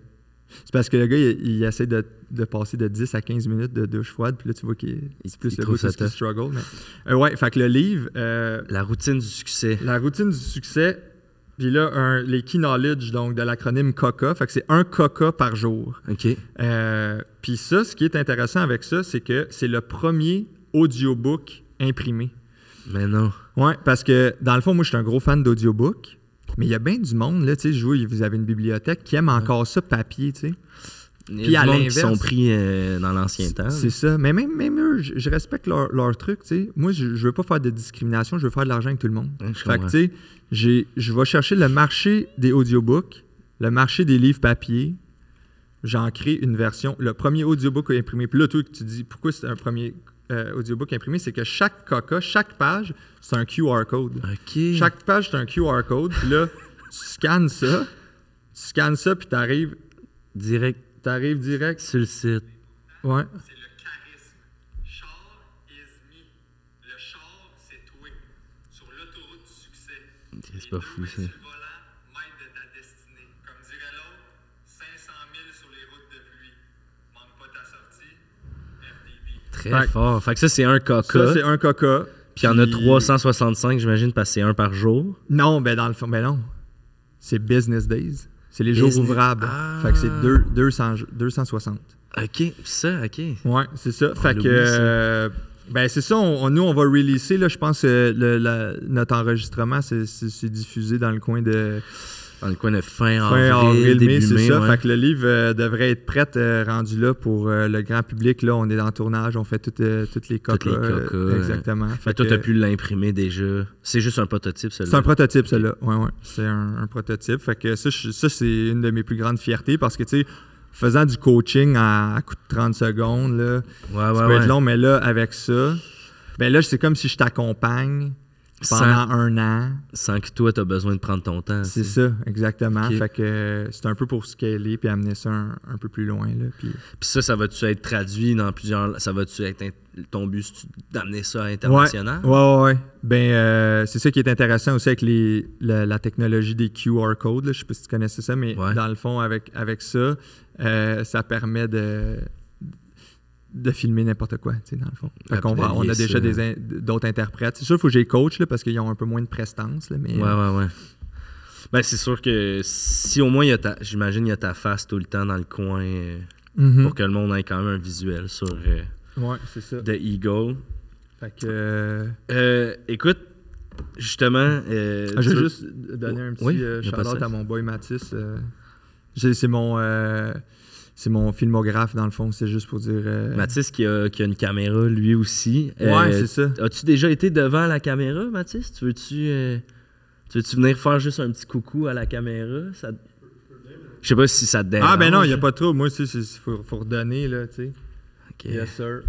Speaker 3: C'est parce que le gars, il, il essaie de, de passer de 10 à 15 minutes de douche froide. Puis là, tu vois qu'il
Speaker 1: Il-
Speaker 3: c'est plus
Speaker 1: il
Speaker 3: le
Speaker 1: trouve
Speaker 3: bout
Speaker 1: ça
Speaker 3: où il
Speaker 1: tough.
Speaker 3: struggle. Mais... Euh, ouais, fait que le livre, euh,
Speaker 1: La routine du succès.
Speaker 3: La routine du succès, puis là, un- les key knowledge, donc de l'acronyme COCA. Fait que c'est un COCA par jour.
Speaker 1: OK.
Speaker 3: Euh, puis ça, ce qui est intéressant avec ça, c'est que c'est le premier audiobook imprimé.
Speaker 1: Mais non.
Speaker 3: Oui, parce que dans le fond, moi, je suis un gros fan d'audiobook. Mais il y a bien du monde, là, tu sais, je vois, vous avez une bibliothèque qui aime encore ça papier, tu sais.
Speaker 1: Il y a
Speaker 3: Puis
Speaker 1: du
Speaker 3: à
Speaker 1: monde qui
Speaker 3: l'inverse-
Speaker 1: sont pris euh, dans l'ancien temps.
Speaker 3: C'est ça. Mais même, même eux, je, je respecte leur, leur truc, tu sais. Moi, je, je veux pas faire de discrimination, je veux faire de l'argent avec tout le monde.
Speaker 1: Hein, je
Speaker 3: fait que,
Speaker 1: comprends.
Speaker 3: tu sais, j'ai- je vais chercher le marché des audiobooks, le marché des livres papier. J'en crée une version. Le premier audiobook imprimé. Puis là, toi, tu dis pourquoi c'est un premier euh, audiobook imprimé, c'est que chaque coca, chaque page, c'est un QR code.
Speaker 1: OK.
Speaker 4: Mm.
Speaker 3: Chaque page, c'est un QR code. Puis là, tu scannes ça. Tu scannes ça, puis t'arrives
Speaker 1: Direct
Speaker 3: arrives direct.
Speaker 1: sur le site.
Speaker 3: Ouais.
Speaker 4: c'est le charisme. Char is me. Le char, c'est toi. Sur l'autoroute du succès.
Speaker 1: C'est
Speaker 4: Les
Speaker 1: pas
Speaker 4: deux
Speaker 1: fou,
Speaker 4: mains
Speaker 1: ça.
Speaker 4: sur le volant, maître de ta destinée. Comme dirait l'autre, 500 000 sur les routes de pluie. Manque pas ta sortie. FDB.
Speaker 1: Très
Speaker 3: Fait que-
Speaker 1: fort. Fait que ça, c'est un
Speaker 3: Ça,
Speaker 1: coca.
Speaker 3: c'est un coca.
Speaker 1: Puis il y en a 365, j'imagine, parce que c'est un par jour.
Speaker 3: Non, ben dans le fond, ben non. C'est business days. C'est les jours
Speaker 1: Business-
Speaker 3: ouvrables.
Speaker 1: Ah.
Speaker 3: Fait que c'est deux- 200 260.
Speaker 1: OK. Ça, OK.
Speaker 3: Ouais, c'est ça. fait que.
Speaker 1: l'oublie, ça.
Speaker 3: euh, ben c'est ça, on, on- nous, on va releaser. Là, je pense que le- la- notre enregistrement, c'est- c'est c'est diffusé dans le coin de
Speaker 1: Dans le coin de fin avril,
Speaker 3: fin avril, mai,
Speaker 1: début
Speaker 3: c'est
Speaker 1: mai.
Speaker 3: ça.
Speaker 1: ouais.
Speaker 3: Fait que le livre euh, devrait être prêt, euh, rendu là pour euh, le grand public. Là, on est dans le tournage, on fait toutes, euh, toutes les
Speaker 1: Toutes
Speaker 3: coques.
Speaker 1: les cocas, euh,
Speaker 3: exactement.
Speaker 1: Fait
Speaker 3: Fait
Speaker 1: que toi,
Speaker 3: que-
Speaker 1: t'as pu l'imprimer déjà. C'est juste un prototype, celui-là.
Speaker 3: C'est un prototype, celle-là. Ouais, ouais. C'est un, un prototype. Fait que ça, je- ça, c'est une de mes plus grandes fiertés parce que, tu sais, faisant du coaching à, à coup de 30 secondes, là,
Speaker 1: Ouais,
Speaker 3: ça
Speaker 1: ouais,
Speaker 3: peut
Speaker 1: ouais.
Speaker 3: être long, mais là, avec ça, ben là, c'est comme si je t'accompagne pendant
Speaker 1: Sans- Ah,
Speaker 3: un an.
Speaker 1: Sans que toi, t'as besoin de prendre ton temps.
Speaker 3: C'est
Speaker 1: tu sais.
Speaker 3: ça, exactement.
Speaker 1: Ok.
Speaker 3: Fait que euh, c'est un peu pour scaler puis amener ça un, un peu plus loin, là. Puis...
Speaker 1: Puis ça, ça va-tu être traduit dans plusieurs. Ça va-tu être. in- Ton but, c'est d'amener ça à l'international?
Speaker 3: Ouais, ouais, ouais. Ben, euh, c'est ça qui est intéressant aussi avec les, la, la technologie des QR codes. là. Je sais pas si tu connaissais ça, mais
Speaker 1: Ouais.
Speaker 3: dans le fond, avec, avec ça, euh, ça permet de, de filmer n'importe quoi, tu sais, dans le fond. Fait
Speaker 1: Ah,
Speaker 3: qu'on
Speaker 1: puis
Speaker 3: va- on
Speaker 1: d'allier
Speaker 3: a
Speaker 1: ça.
Speaker 3: déjà des in- d'autres interprètes. C'est sûr qu'il faut que j'ai coach là, parce qu'ils ont un peu moins de prestance, là, mais
Speaker 1: Ouais, ouais, ouais. Ben, c'est sûr que si au moins, il y a ta- j'imagine, il y a ta face tout le temps dans le coin euh,
Speaker 3: Mhm.
Speaker 1: pour que le monde ait quand même un visuel sur euh,
Speaker 3: Ouais, c'est ça.
Speaker 1: The Eagle.
Speaker 3: Fait que, euh,
Speaker 1: Euh, écoute, justement. euh,
Speaker 3: Ah, je
Speaker 1: tu
Speaker 3: vais
Speaker 1: veux-
Speaker 3: juste donner un petit
Speaker 1: Oui,
Speaker 3: euh,
Speaker 1: y a pas de
Speaker 3: shout-out
Speaker 1: stress.
Speaker 3: à mon boy Mathis. euh, j'ai- c'est mon... euh, c'est mon filmographe, dans le fond. C'est juste pour dire... euh,
Speaker 1: Mathis qui a, qui a une caméra lui aussi.
Speaker 3: Ouais,
Speaker 1: Euh,
Speaker 3: c'est ça.
Speaker 1: As-tu déjà été devant la caméra, Mathis? Tu veux-tu euh, tu veux-tu venir faire juste un petit coucou à la caméra? Ça... te- Je sais pas si ça te dérange.
Speaker 3: Ah ben non, il n'y a pas de trouble. Moi, c'est c'est- faut, faut redonner, là, tu sais.
Speaker 1: Ok.
Speaker 3: Yes, sir.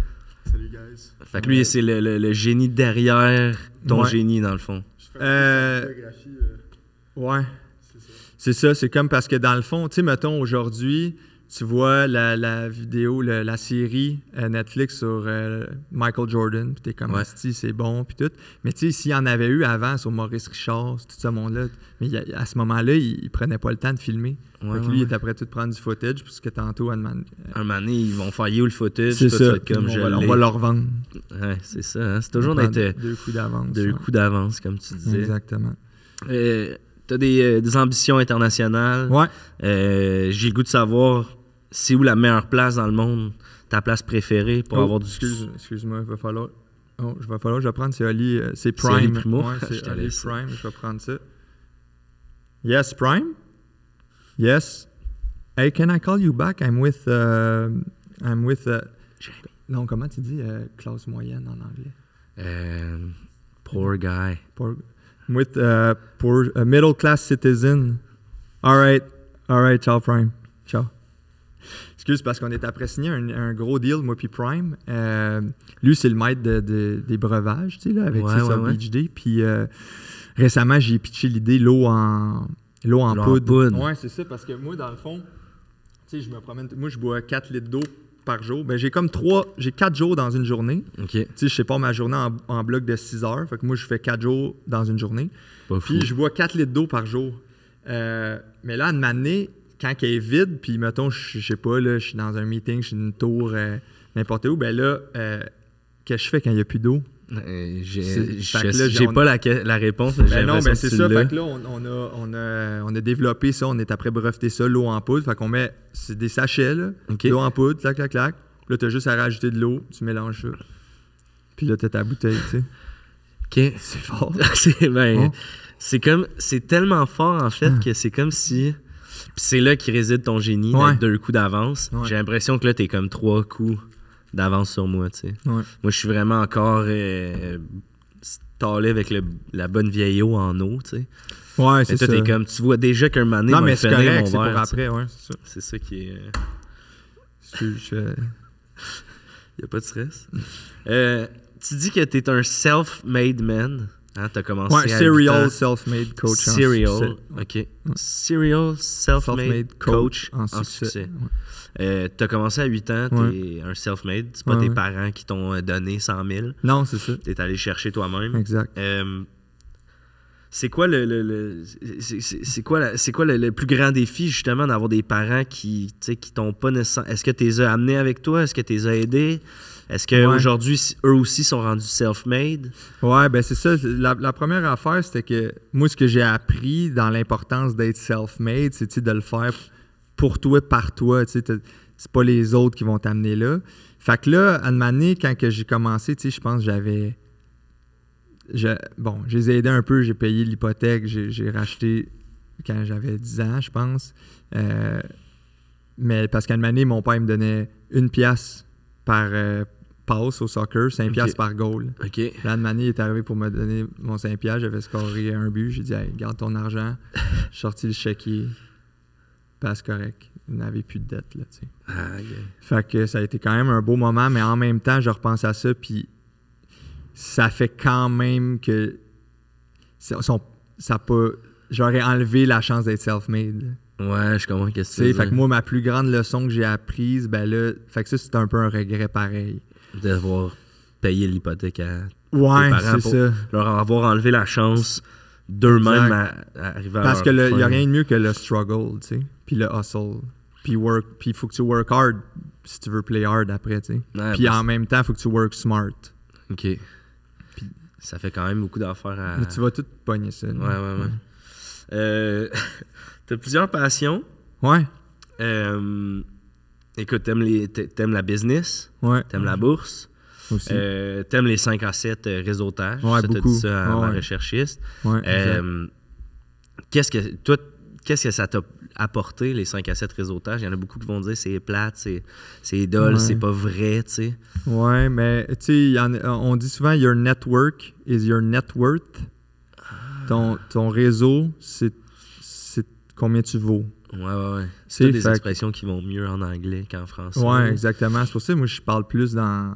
Speaker 5: Salut, guys.
Speaker 1: Fait que lui, c'est le, le- le génie derrière ton
Speaker 3: Ouais.
Speaker 1: génie, dans le fond.
Speaker 5: Je fais
Speaker 3: Euh,
Speaker 5: un peu de photographie, euh,
Speaker 3: Ouais.
Speaker 5: c'est ça.
Speaker 3: C'est ça, c'est comme parce que dans le fond, tu sais, mettons, aujourd'hui, tu vois la, la vidéo, le- la série euh, Netflix sur euh, Michael Jordan, puis t'es comme,
Speaker 1: Ouais.
Speaker 3: Asti, c'est bon, puis tout. Mais tu sais, s'il y en avait eu avant sur Maurice Richard, tout ce monde-là, mais il y a- à ce moment-là, il, il prenait pas le temps de filmer.
Speaker 1: Ouais,
Speaker 3: Fait que
Speaker 1: ouais,
Speaker 3: lui, il
Speaker 1: ouais.
Speaker 3: était prêt tout de prendre du footage, puisque tantôt, Anne Man- euh,
Speaker 1: Un moment donné, ils vont faire You le footage.
Speaker 3: c'est
Speaker 1: tout
Speaker 3: ça,
Speaker 1: être Comme
Speaker 3: on,
Speaker 1: je
Speaker 3: va, on
Speaker 1: l'ai.
Speaker 3: va leur vendre.
Speaker 1: Ouais, c'est ça. hein. C'est toujours
Speaker 3: On prend
Speaker 1: d'être euh,
Speaker 3: deux coups d'avance.
Speaker 1: deux
Speaker 3: ouais.
Speaker 1: coups d'avance, comme tu disais.
Speaker 3: Exactement.
Speaker 1: Euh, T'as des, euh, des ambitions internationales.
Speaker 3: Ouais.
Speaker 1: Euh, J'ai le goût de savoir c'est où la meilleure place dans le monde, ta place préférée pour
Speaker 3: Oh,
Speaker 1: avoir du
Speaker 3: excuse- Excuse-moi, il va falloir. Oh, je vais falloir, je vais prendre, c'est Oli, euh, c'est
Speaker 1: C'est Oli
Speaker 3: Prime.
Speaker 1: Primo.
Speaker 3: Ouais, c'est
Speaker 1: Je t'allais
Speaker 3: Oli
Speaker 1: ça.
Speaker 3: Prime, je vais prendre ça. Yes, Prime? Yes. Hey, can I call you back? I'm with. uh, I'm with. uh, Non, comment tu dis euh, classe moyenne en anglais?
Speaker 1: Euh, poor guy.
Speaker 3: Poor- I'm with uh, poor, a middle class uh, citizen. All right. All right. Ciao, Prime. Ciao. Excuse, parce qu'on est après signé un, un gros deal, moi puis Prime. Euh, lui, c'est le maître de- de- des breuvages, tu sais, là, avec
Speaker 1: Ouais,
Speaker 3: ses
Speaker 1: ouais,
Speaker 3: Sub
Speaker 1: ouais.
Speaker 3: Beach Day. Puis euh, récemment, j'ai pitché l'idée l'eau en, l'eau en
Speaker 1: L'eau en
Speaker 3: poudre.
Speaker 1: poudre.
Speaker 3: Ouais, c'est ça, parce que moi, dans le fond, tu sais, je me promène. Moi, je bois 4 litres d'eau par jour. Ben, j'ai comme trois, j'ai 4 jours dans une journée.
Speaker 1: OK.
Speaker 3: Tu sais, je sais pas ma journée en, en bloc de 6 heures. Fait que moi, je fais 4 jours dans une journée.
Speaker 1: Pas fou.
Speaker 3: Puis je bois 4 litres d'eau par jour. Euh, mais là, à m'amener, quand elle est vide, puis mettons, je je sais pas, là, je suis dans un meeting, je suis dans une tour, euh, n'importe où, ben là, euh, qu'est-ce que je fais quand il n'y a plus d'eau?
Speaker 1: Euh,
Speaker 3: C'est-
Speaker 1: J'ai
Speaker 3: fait que là,
Speaker 1: je- j'ai
Speaker 3: on-
Speaker 1: pas la, que- la réponse. mais j'ai
Speaker 3: Ben non,
Speaker 1: l'impression
Speaker 3: ben
Speaker 1: que
Speaker 3: c'est
Speaker 1: tu
Speaker 3: ça.
Speaker 1: l'as.
Speaker 3: Fait que là, on, on a, on, a, on a développé ça, on est après breveter ça, l'eau en poudre. Fait qu'on met, c'est des sachets, là,
Speaker 1: OK.
Speaker 3: l'eau en poudre, clac, clac, clac. Là, t'as juste à rajouter de l'eau, tu mélanges ça. Puis là, t'as ta bouteille, tu sais.
Speaker 1: OK.
Speaker 3: C'est fort.
Speaker 1: c'est ben,
Speaker 3: Bon.
Speaker 1: c'est comme c'est tellement fort en fait
Speaker 3: Ah.
Speaker 1: que c'est comme si puis c'est là qui réside ton génie d'être
Speaker 3: Ouais.
Speaker 1: deux coups d'avance
Speaker 3: Ouais.
Speaker 1: j'ai l'impression que là t'es comme trois coups d'avance sur moi tu sais
Speaker 3: Ouais.
Speaker 1: moi je suis vraiment encore euh, stallé avec le- la bonne vieille eau en eau tu sais
Speaker 3: Ouais,
Speaker 1: et
Speaker 3: c'est
Speaker 1: toi
Speaker 3: ça.
Speaker 1: t'es comme tu vois déjà qu'un moment donné,
Speaker 3: Non,
Speaker 1: il va
Speaker 3: mais c'est
Speaker 1: finir
Speaker 3: correct,
Speaker 1: mon
Speaker 3: c'est pour
Speaker 1: verre, tu sais.
Speaker 3: après, ouais, c'est ça.
Speaker 1: c'est ça qui est euh,
Speaker 3: Je- je-
Speaker 1: y a pas de stress Euh, tu dis que t'es un self-made man hein, t'as commencé
Speaker 3: Ouais,
Speaker 1: à
Speaker 3: serial
Speaker 1: 8 ans.
Speaker 3: self-made coach. en
Speaker 1: Serial,
Speaker 3: succès.
Speaker 1: ok. Serial self-made
Speaker 3: Self-made
Speaker 1: coach,
Speaker 3: coach en succès.
Speaker 1: tu as commencé à 8 ans, tu es un self-made. C'est pas
Speaker 3: Ouais,
Speaker 1: tes
Speaker 3: ouais.
Speaker 1: parents qui t'ont euh, donné 100 000.
Speaker 3: Non, c'est ça.
Speaker 1: Tu es allé chercher toi-même.
Speaker 3: Exact.
Speaker 1: Euh, c'est quoi le, le- le- c'est- c'est c'est quoi la- c'est quoi le, le plus grand défi justement d'avoir des parents qui tu sais, qui t'ont pas nécessairement est-ce que tu les as amenés avec toi est-ce que tu les as aidés est-ce que
Speaker 3: Ouais.
Speaker 1: aujourd'hui si- eux aussi sont rendus self-made
Speaker 3: Ouais, ben c'est ça. La, la première affaire, c'était que moi, ce que j'ai appris dans l'importance d'être self-made, c'est tu sais, de le faire pour toi, par toi. tu sais, t'as- C'est pas les autres qui vont t'amener là. Fait que là, à une année, quand que j'ai commencé, tu sais, je pense que j'avais. je- bon, je les ai aidés un peu, j'ai payé l'hypothèque, j'ai j'ai racheté quand j'avais 10 ans, je pense. Euh, mais parce qu'à une année, mon père il me donnait une pièce par euh, passe au soccer, 5
Speaker 1: Ok.
Speaker 3: pièces par goal.
Speaker 1: ok
Speaker 3: Là, de Mané est arrivé pour me donner mon 5 pièges. J'avais scoré un but. J'ai dit, hey, garde ton argent. J'ai sorti le chéquier. Passe correct. Il n'avait plus de dette. Là, tu sais.
Speaker 1: Ah,
Speaker 3: Fait que ça a été quand même un beau moment, mais en même temps, je repense à ça, puis ça fait quand même que ça, son- ça peut. J'aurais enlevé la chance d'être self-made. là.
Speaker 1: ouais je comprends qu'est-ce
Speaker 3: Tu sais,
Speaker 1: que tu
Speaker 3: fait
Speaker 1: veux
Speaker 3: que moi, ma plus grande leçon que j'ai apprise, ben là, fait que ça, c'est un peu un regret pareil.
Speaker 1: dire. d'avoir payé l'hypothèque à
Speaker 3: Ouais,
Speaker 1: parents
Speaker 3: c'est
Speaker 1: pour-
Speaker 3: ça.
Speaker 1: leur avoir enlevé la chance d'eux-mêmes à, à arriver à
Speaker 3: Parce
Speaker 1: leur
Speaker 3: que le-
Speaker 1: fin.
Speaker 3: y a rien de mieux que le struggle, tu sais, puis le hustle, puis work, puis il faut que tu work hard si tu veux play hard après, tu sais.
Speaker 1: Ouais,
Speaker 3: puis
Speaker 1: parce-
Speaker 3: en même temps, il faut que tu work smart.
Speaker 1: OK. ça fait quand même beaucoup d'affaires à...
Speaker 3: Mais tu vas tout pogner ça.
Speaker 1: Ouais, ouais, ouais. Euh, T'as plusieurs passions.
Speaker 3: Ouais,
Speaker 1: Euh, Écoute, t'aimes les- t'a- t'aimes la business,
Speaker 3: ouais.
Speaker 1: t'aimes la bourse,
Speaker 3: aussi.
Speaker 1: euh, t'aimes les 5 à 7 euh, réseautage.
Speaker 3: Ouais,
Speaker 1: ça, t'as
Speaker 3: beaucoup.
Speaker 1: dit ça à
Speaker 3: Ouais,
Speaker 1: ma
Speaker 3: ouais.
Speaker 1: recherchiste.
Speaker 3: ouais, exact.
Speaker 1: Euh, qu'est-ce que toi qu'est-ce que ça t'a apporté les 5 à 7 réseautages il y en a beaucoup qui vont dire c'est plate c'est c'est dol
Speaker 3: Ouais.
Speaker 1: c'est pas vrai tu sais
Speaker 3: Ouais, mais tu sais, il y en a- on dit souvent your network is your net worth.
Speaker 1: Ah.
Speaker 3: Ton, ton réseau, c'est c'est combien tu vaux.
Speaker 1: ouais ouais ouais
Speaker 3: Tu
Speaker 1: c'est
Speaker 3: sais,
Speaker 1: des
Speaker 3: fait que-
Speaker 1: expressions qui vont mieux en anglais qu'en français
Speaker 3: Ouais, exactement. C'est pour ça que moi, je parle plus dans,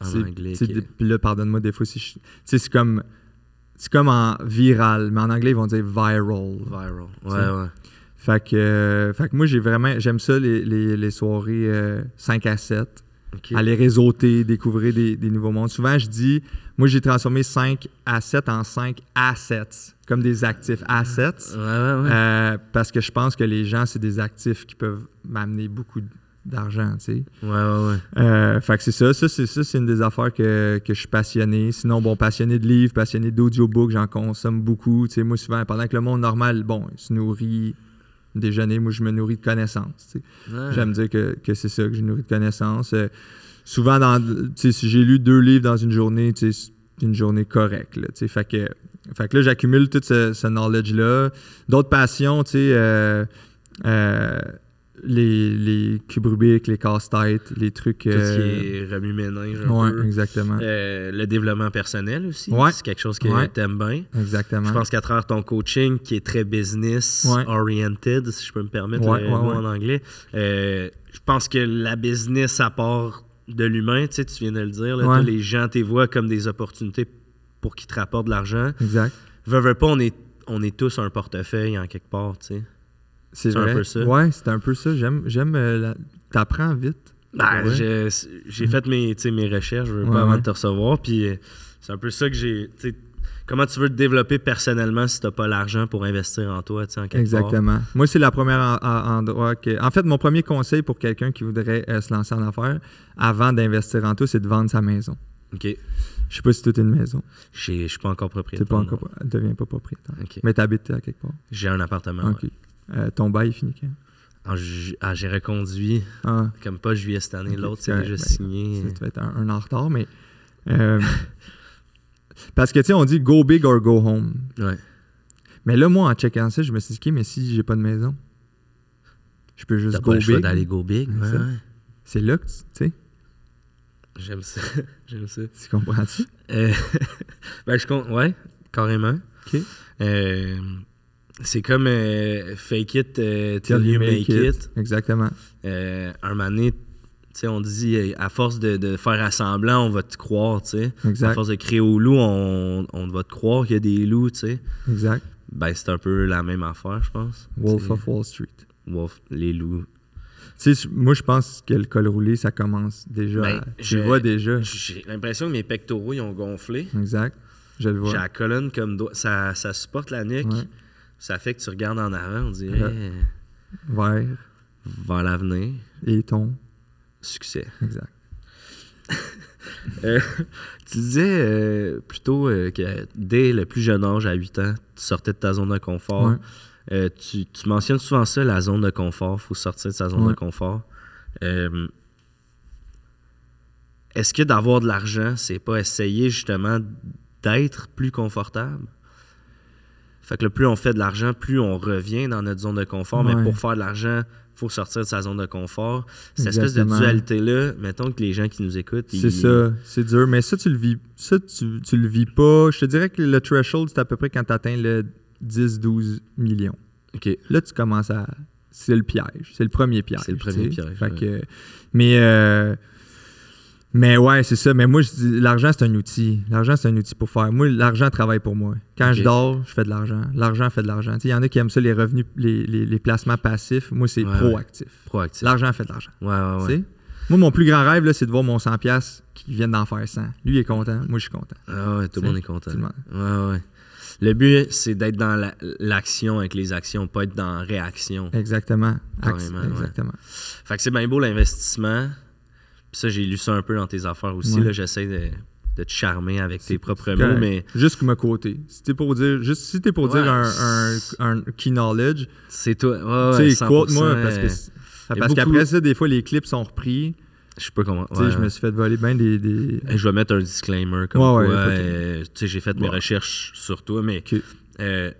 Speaker 1: en
Speaker 3: C'est-
Speaker 1: anglais
Speaker 3: tu sais,
Speaker 1: que-
Speaker 3: des- Puis là, pardonne-moi, des fois, si je- tu sais, c'est comme. C'est comme en viral, mais en anglais, ils vont dire viral.
Speaker 1: viral
Speaker 3: Tu sais.
Speaker 1: ouais ouais
Speaker 3: Fait que, euh, fait que moi, j'ai vraiment. J'aime ça, les, les- les soirées euh, 5 à 7.
Speaker 1: ok
Speaker 3: Aller réseauter, découvrir des, des nouveaux mondes. Souvent, je dis. Moi, j'ai transformé 5 à 7 en 5 assets, comme des actifs assets.
Speaker 1: ouais ouais Ah, ouais
Speaker 3: euh, parce que je pense que les gens, c'est des actifs qui peuvent m'amener beaucoup d'argent, tu sais.
Speaker 1: ouais ouais ouais
Speaker 3: Euh, fait que c'est ça. Ça, c'est ça, c'est une des affaires que, que je suis passionné. Sinon, bon, passionné de livres, passionné d'audiobooks, j'en consomme beaucoup. Tu sais, moi, souvent, pendant que le monde normal, bon, il se nourrit déjeuner, moi, je me nourris de connaissances. tu sais.
Speaker 1: Ouais.
Speaker 3: J'aime dire que, que c'est ça, que je nourris de connaissances. Euh, souvent, dans, tu sais, si j'ai lu deux livres dans une journée, tu sais, c'est une journée correcte. Là, tu sais. fait, que, fait que là, j'accumule tout ce, ce knowledge-là. D'autres passions, tu sais, euh, euh, les, les cubes Rubik, les casse-têtes, les trucs.
Speaker 1: Tout ce
Speaker 3: euh,
Speaker 1: qui est remue-ménage un
Speaker 3: ouais,
Speaker 1: peu.
Speaker 3: exactement.
Speaker 1: Euh, le développement personnel aussi,
Speaker 3: Ouais.
Speaker 1: c'est quelque chose que
Speaker 3: Ouais.
Speaker 1: t'aimes bien.
Speaker 3: Exactement.
Speaker 1: Je pense qu'à travers ton coaching qui est très business
Speaker 3: Ouais.
Speaker 1: oriented, si je peux me permettre
Speaker 3: Ouais,
Speaker 1: le
Speaker 3: ouais,
Speaker 1: mot
Speaker 3: ouais.
Speaker 1: en anglais, euh, je pense que la business à part de l'humain, tu sais, tu viens de le dire, là,
Speaker 3: Ouais.
Speaker 1: tous les gens t'y voient comme des opportunités pour qu'ils te rapportent de l'argent.
Speaker 3: Exact.
Speaker 1: Veux, veux pas, on est, on est tous un portefeuille en quelque part, tu sais.
Speaker 3: C'est
Speaker 1: C'est un
Speaker 3: vrai.
Speaker 1: peu ça.
Speaker 3: Ouais, c'est un peu ça. J'aime. j'aime euh, la- T'apprends vite.
Speaker 1: Ben,
Speaker 3: Ouais.
Speaker 1: je- j'ai fait mes, tu sais, mes recherches, je veux
Speaker 3: Mhm. Ouais,
Speaker 1: pas avant
Speaker 3: ouais.
Speaker 1: de te recevoir. Puis euh, c'est un peu ça que j'ai. tu sais, Comment tu veux te développer personnellement si t'as pas l'argent pour investir en toi, tu sais, en quelque part?
Speaker 3: Exactement. Moi, c'est la première en- en- endroit que. En fait, mon premier conseil pour quelqu'un qui voudrait euh, se lancer en affaires avant d'investir en tout, c'est de vendre sa maison.
Speaker 1: Ok.
Speaker 3: Je sais pas si tout est une maison.
Speaker 1: J'ai- Je suis pas encore
Speaker 3: T'es
Speaker 1: propriétaire.
Speaker 3: pas
Speaker 1: non.
Speaker 3: encore, deviens pas propriétaire.
Speaker 1: Ok.
Speaker 3: Mais t'habites à quelque part.
Speaker 1: J'ai un appartement.
Speaker 3: Ok.
Speaker 1: Ah ouais.
Speaker 3: Euh, ton bail est fini quand?
Speaker 1: En ju- ah, J'ai reconduit,
Speaker 3: Ah,
Speaker 1: comme pas juillet cette année,
Speaker 3: Ok,
Speaker 1: l'autre
Speaker 3: c'est
Speaker 1: c'est
Speaker 3: correct,
Speaker 1: déjà
Speaker 3: ben,
Speaker 1: signé.
Speaker 3: ça, tu vas être un, un an en retard, mais. euh, parce que, tu sais, on dit go big or go home.
Speaker 1: Ouais.
Speaker 3: Mais là, moi, en checkant ça, je me suis dit, OK, mais si j'ai pas de maison, je peux juste
Speaker 1: T'as
Speaker 3: go
Speaker 1: pas le choix
Speaker 3: big.
Speaker 1: d'aller go big.
Speaker 3: Ouais,
Speaker 1: ouais,
Speaker 3: ça.
Speaker 1: ouais.
Speaker 3: C'est là que tu tu sais,
Speaker 1: J'aime ça. J'aime ça.
Speaker 3: tu comprends-tu?
Speaker 1: Euh, ben, je compte, ouais, carrément.
Speaker 3: OK.
Speaker 1: Euh, c'est comme euh, fake it euh, till,
Speaker 3: Till
Speaker 1: you make, it.
Speaker 3: Exactement.
Speaker 1: Euh, un moment donné, tu sais, on dit, euh, à force de, de faire à semblant, on va te croire, tu sais. À
Speaker 3: Exact.
Speaker 1: force de créer au loup, on, on va te croire qu'il y a des loups, tu sais.
Speaker 3: Exact.
Speaker 1: Ben, c'est un peu la même affaire, je pense.
Speaker 3: Wolf hein.
Speaker 1: C'est-
Speaker 3: of Wall Street.
Speaker 1: Wolf, les loups.
Speaker 3: Tu sais, moi, je pense que le col roulé, ça commence déjà.
Speaker 1: Ben,
Speaker 3: à- je
Speaker 1: je-
Speaker 3: le vois déjà.
Speaker 1: J'ai l'impression que mes pectoraux, ils ont gonflé.
Speaker 3: Exact. Je le
Speaker 1: J'ai
Speaker 3: vois.
Speaker 1: la colonne comme doigt. Ça, ça supporte la nuque.
Speaker 3: Ouais.
Speaker 1: Ça fait que tu regardes en avant, on dirait.
Speaker 3: Ouais. Vert
Speaker 1: Vers l'avenir,
Speaker 3: et ton.
Speaker 1: succès.
Speaker 3: Exact.
Speaker 1: Euh, tu disais euh, plutôt euh, que dès le plus jeune âge, à 8 ans, tu sortais de ta zone de confort.
Speaker 3: Ouais.
Speaker 1: Euh, tu, tu mentionnes souvent ça, la zone de confort. faut sortir de sa zone
Speaker 3: Ouais.
Speaker 1: de confort. Euh, Est-ce que d'avoir de l'argent, c'est pas essayer justement d'être plus confortable? Fait que le plus on fait de l'argent, plus on revient dans notre zone de confort.
Speaker 3: Ouais.
Speaker 1: Mais pour faire de l'argent, faut sortir de sa zone de confort. Cette espèce
Speaker 3: Exactement.
Speaker 1: de dualité-là, mettons que les gens qui nous écoutent,
Speaker 3: C'est
Speaker 1: ils-
Speaker 3: ça, c'est dur. Mais ça, tu le vis. Ça, tu, tu le vis pas. Je te dirais que le threshold, c'est à peu près quand tu atteins le 10-12 millions.
Speaker 1: OK.
Speaker 3: Là, tu commences à. C'est le piège. C'est le premier piège.
Speaker 1: C'est le premier
Speaker 3: tu sais.
Speaker 1: piège,
Speaker 3: Fait
Speaker 1: ouais.
Speaker 3: que- mais. euh, mais ouais, c'est ça. Mais moi, je dis, l'argent, c'est un outil. L'argent, c'est un outil pour faire. Moi, l'argent travaille pour moi. Quand je
Speaker 1: Ok.
Speaker 3: dors, je fais de l'argent. L'argent fait de l'argent. Tu sais, Il y en a qui aiment ça, les revenus, les, les- les placements passifs. Moi, c'est
Speaker 1: Ouais, ouais.
Speaker 3: proactif.
Speaker 1: Proactif.
Speaker 3: L'argent fait de l'argent.
Speaker 1: Ouais, ouais,
Speaker 3: Tu
Speaker 1: ouais.
Speaker 3: sais? Moi, mon plus grand rêve, là, c'est de voir mon 100$ piastres qui vienne d'en faire 100. Lui, il est content. Moi, je suis content.
Speaker 1: Ah ouais, tout
Speaker 3: Tu
Speaker 1: le monde
Speaker 3: sais,
Speaker 1: est content.
Speaker 3: tout le monde.
Speaker 1: Ouais, ouais. Le but, c'est d'être dans la- l'action avec les actions, pas être dans la réaction.
Speaker 3: Exactement. Axe-
Speaker 1: Carrément, ouais.
Speaker 3: Exactement.
Speaker 1: Fait que c'est bien beau l'investissement. Puis ça, j'ai lu ça un peu dans tes affaires aussi.
Speaker 3: Ouais.
Speaker 1: Là, j'essaie de, de te charmer avec tes propres mots,
Speaker 3: Correct.
Speaker 1: mais
Speaker 3: Juste me côté. Si t'es pour dire, juste, si t'es pour
Speaker 1: Ouais,
Speaker 3: dire un, un,
Speaker 1: c'est-
Speaker 3: un key knowledge,
Speaker 1: c'est toi. Ouais,
Speaker 3: tu
Speaker 1: ouais,
Speaker 3: sais, quote-moi
Speaker 1: 100%,
Speaker 3: parce que.
Speaker 1: euh,
Speaker 3: c'est-
Speaker 1: y a
Speaker 3: Parce
Speaker 1: beaucoup-
Speaker 3: qu'après ça, des fois, les clips sont repris.
Speaker 1: je peux comprendre.
Speaker 3: Tu sais,
Speaker 1: Ouais,
Speaker 3: je me suis fait voler bien des. des...
Speaker 1: Et Je vais mettre un disclaimer comme
Speaker 3: Ouais, ouais,
Speaker 1: quoi,
Speaker 3: pas de-
Speaker 1: euh, tu sais, j'ai fait mes
Speaker 3: Ouais.
Speaker 1: recherches sur toi, mais
Speaker 3: Ok.
Speaker 1: euh, tu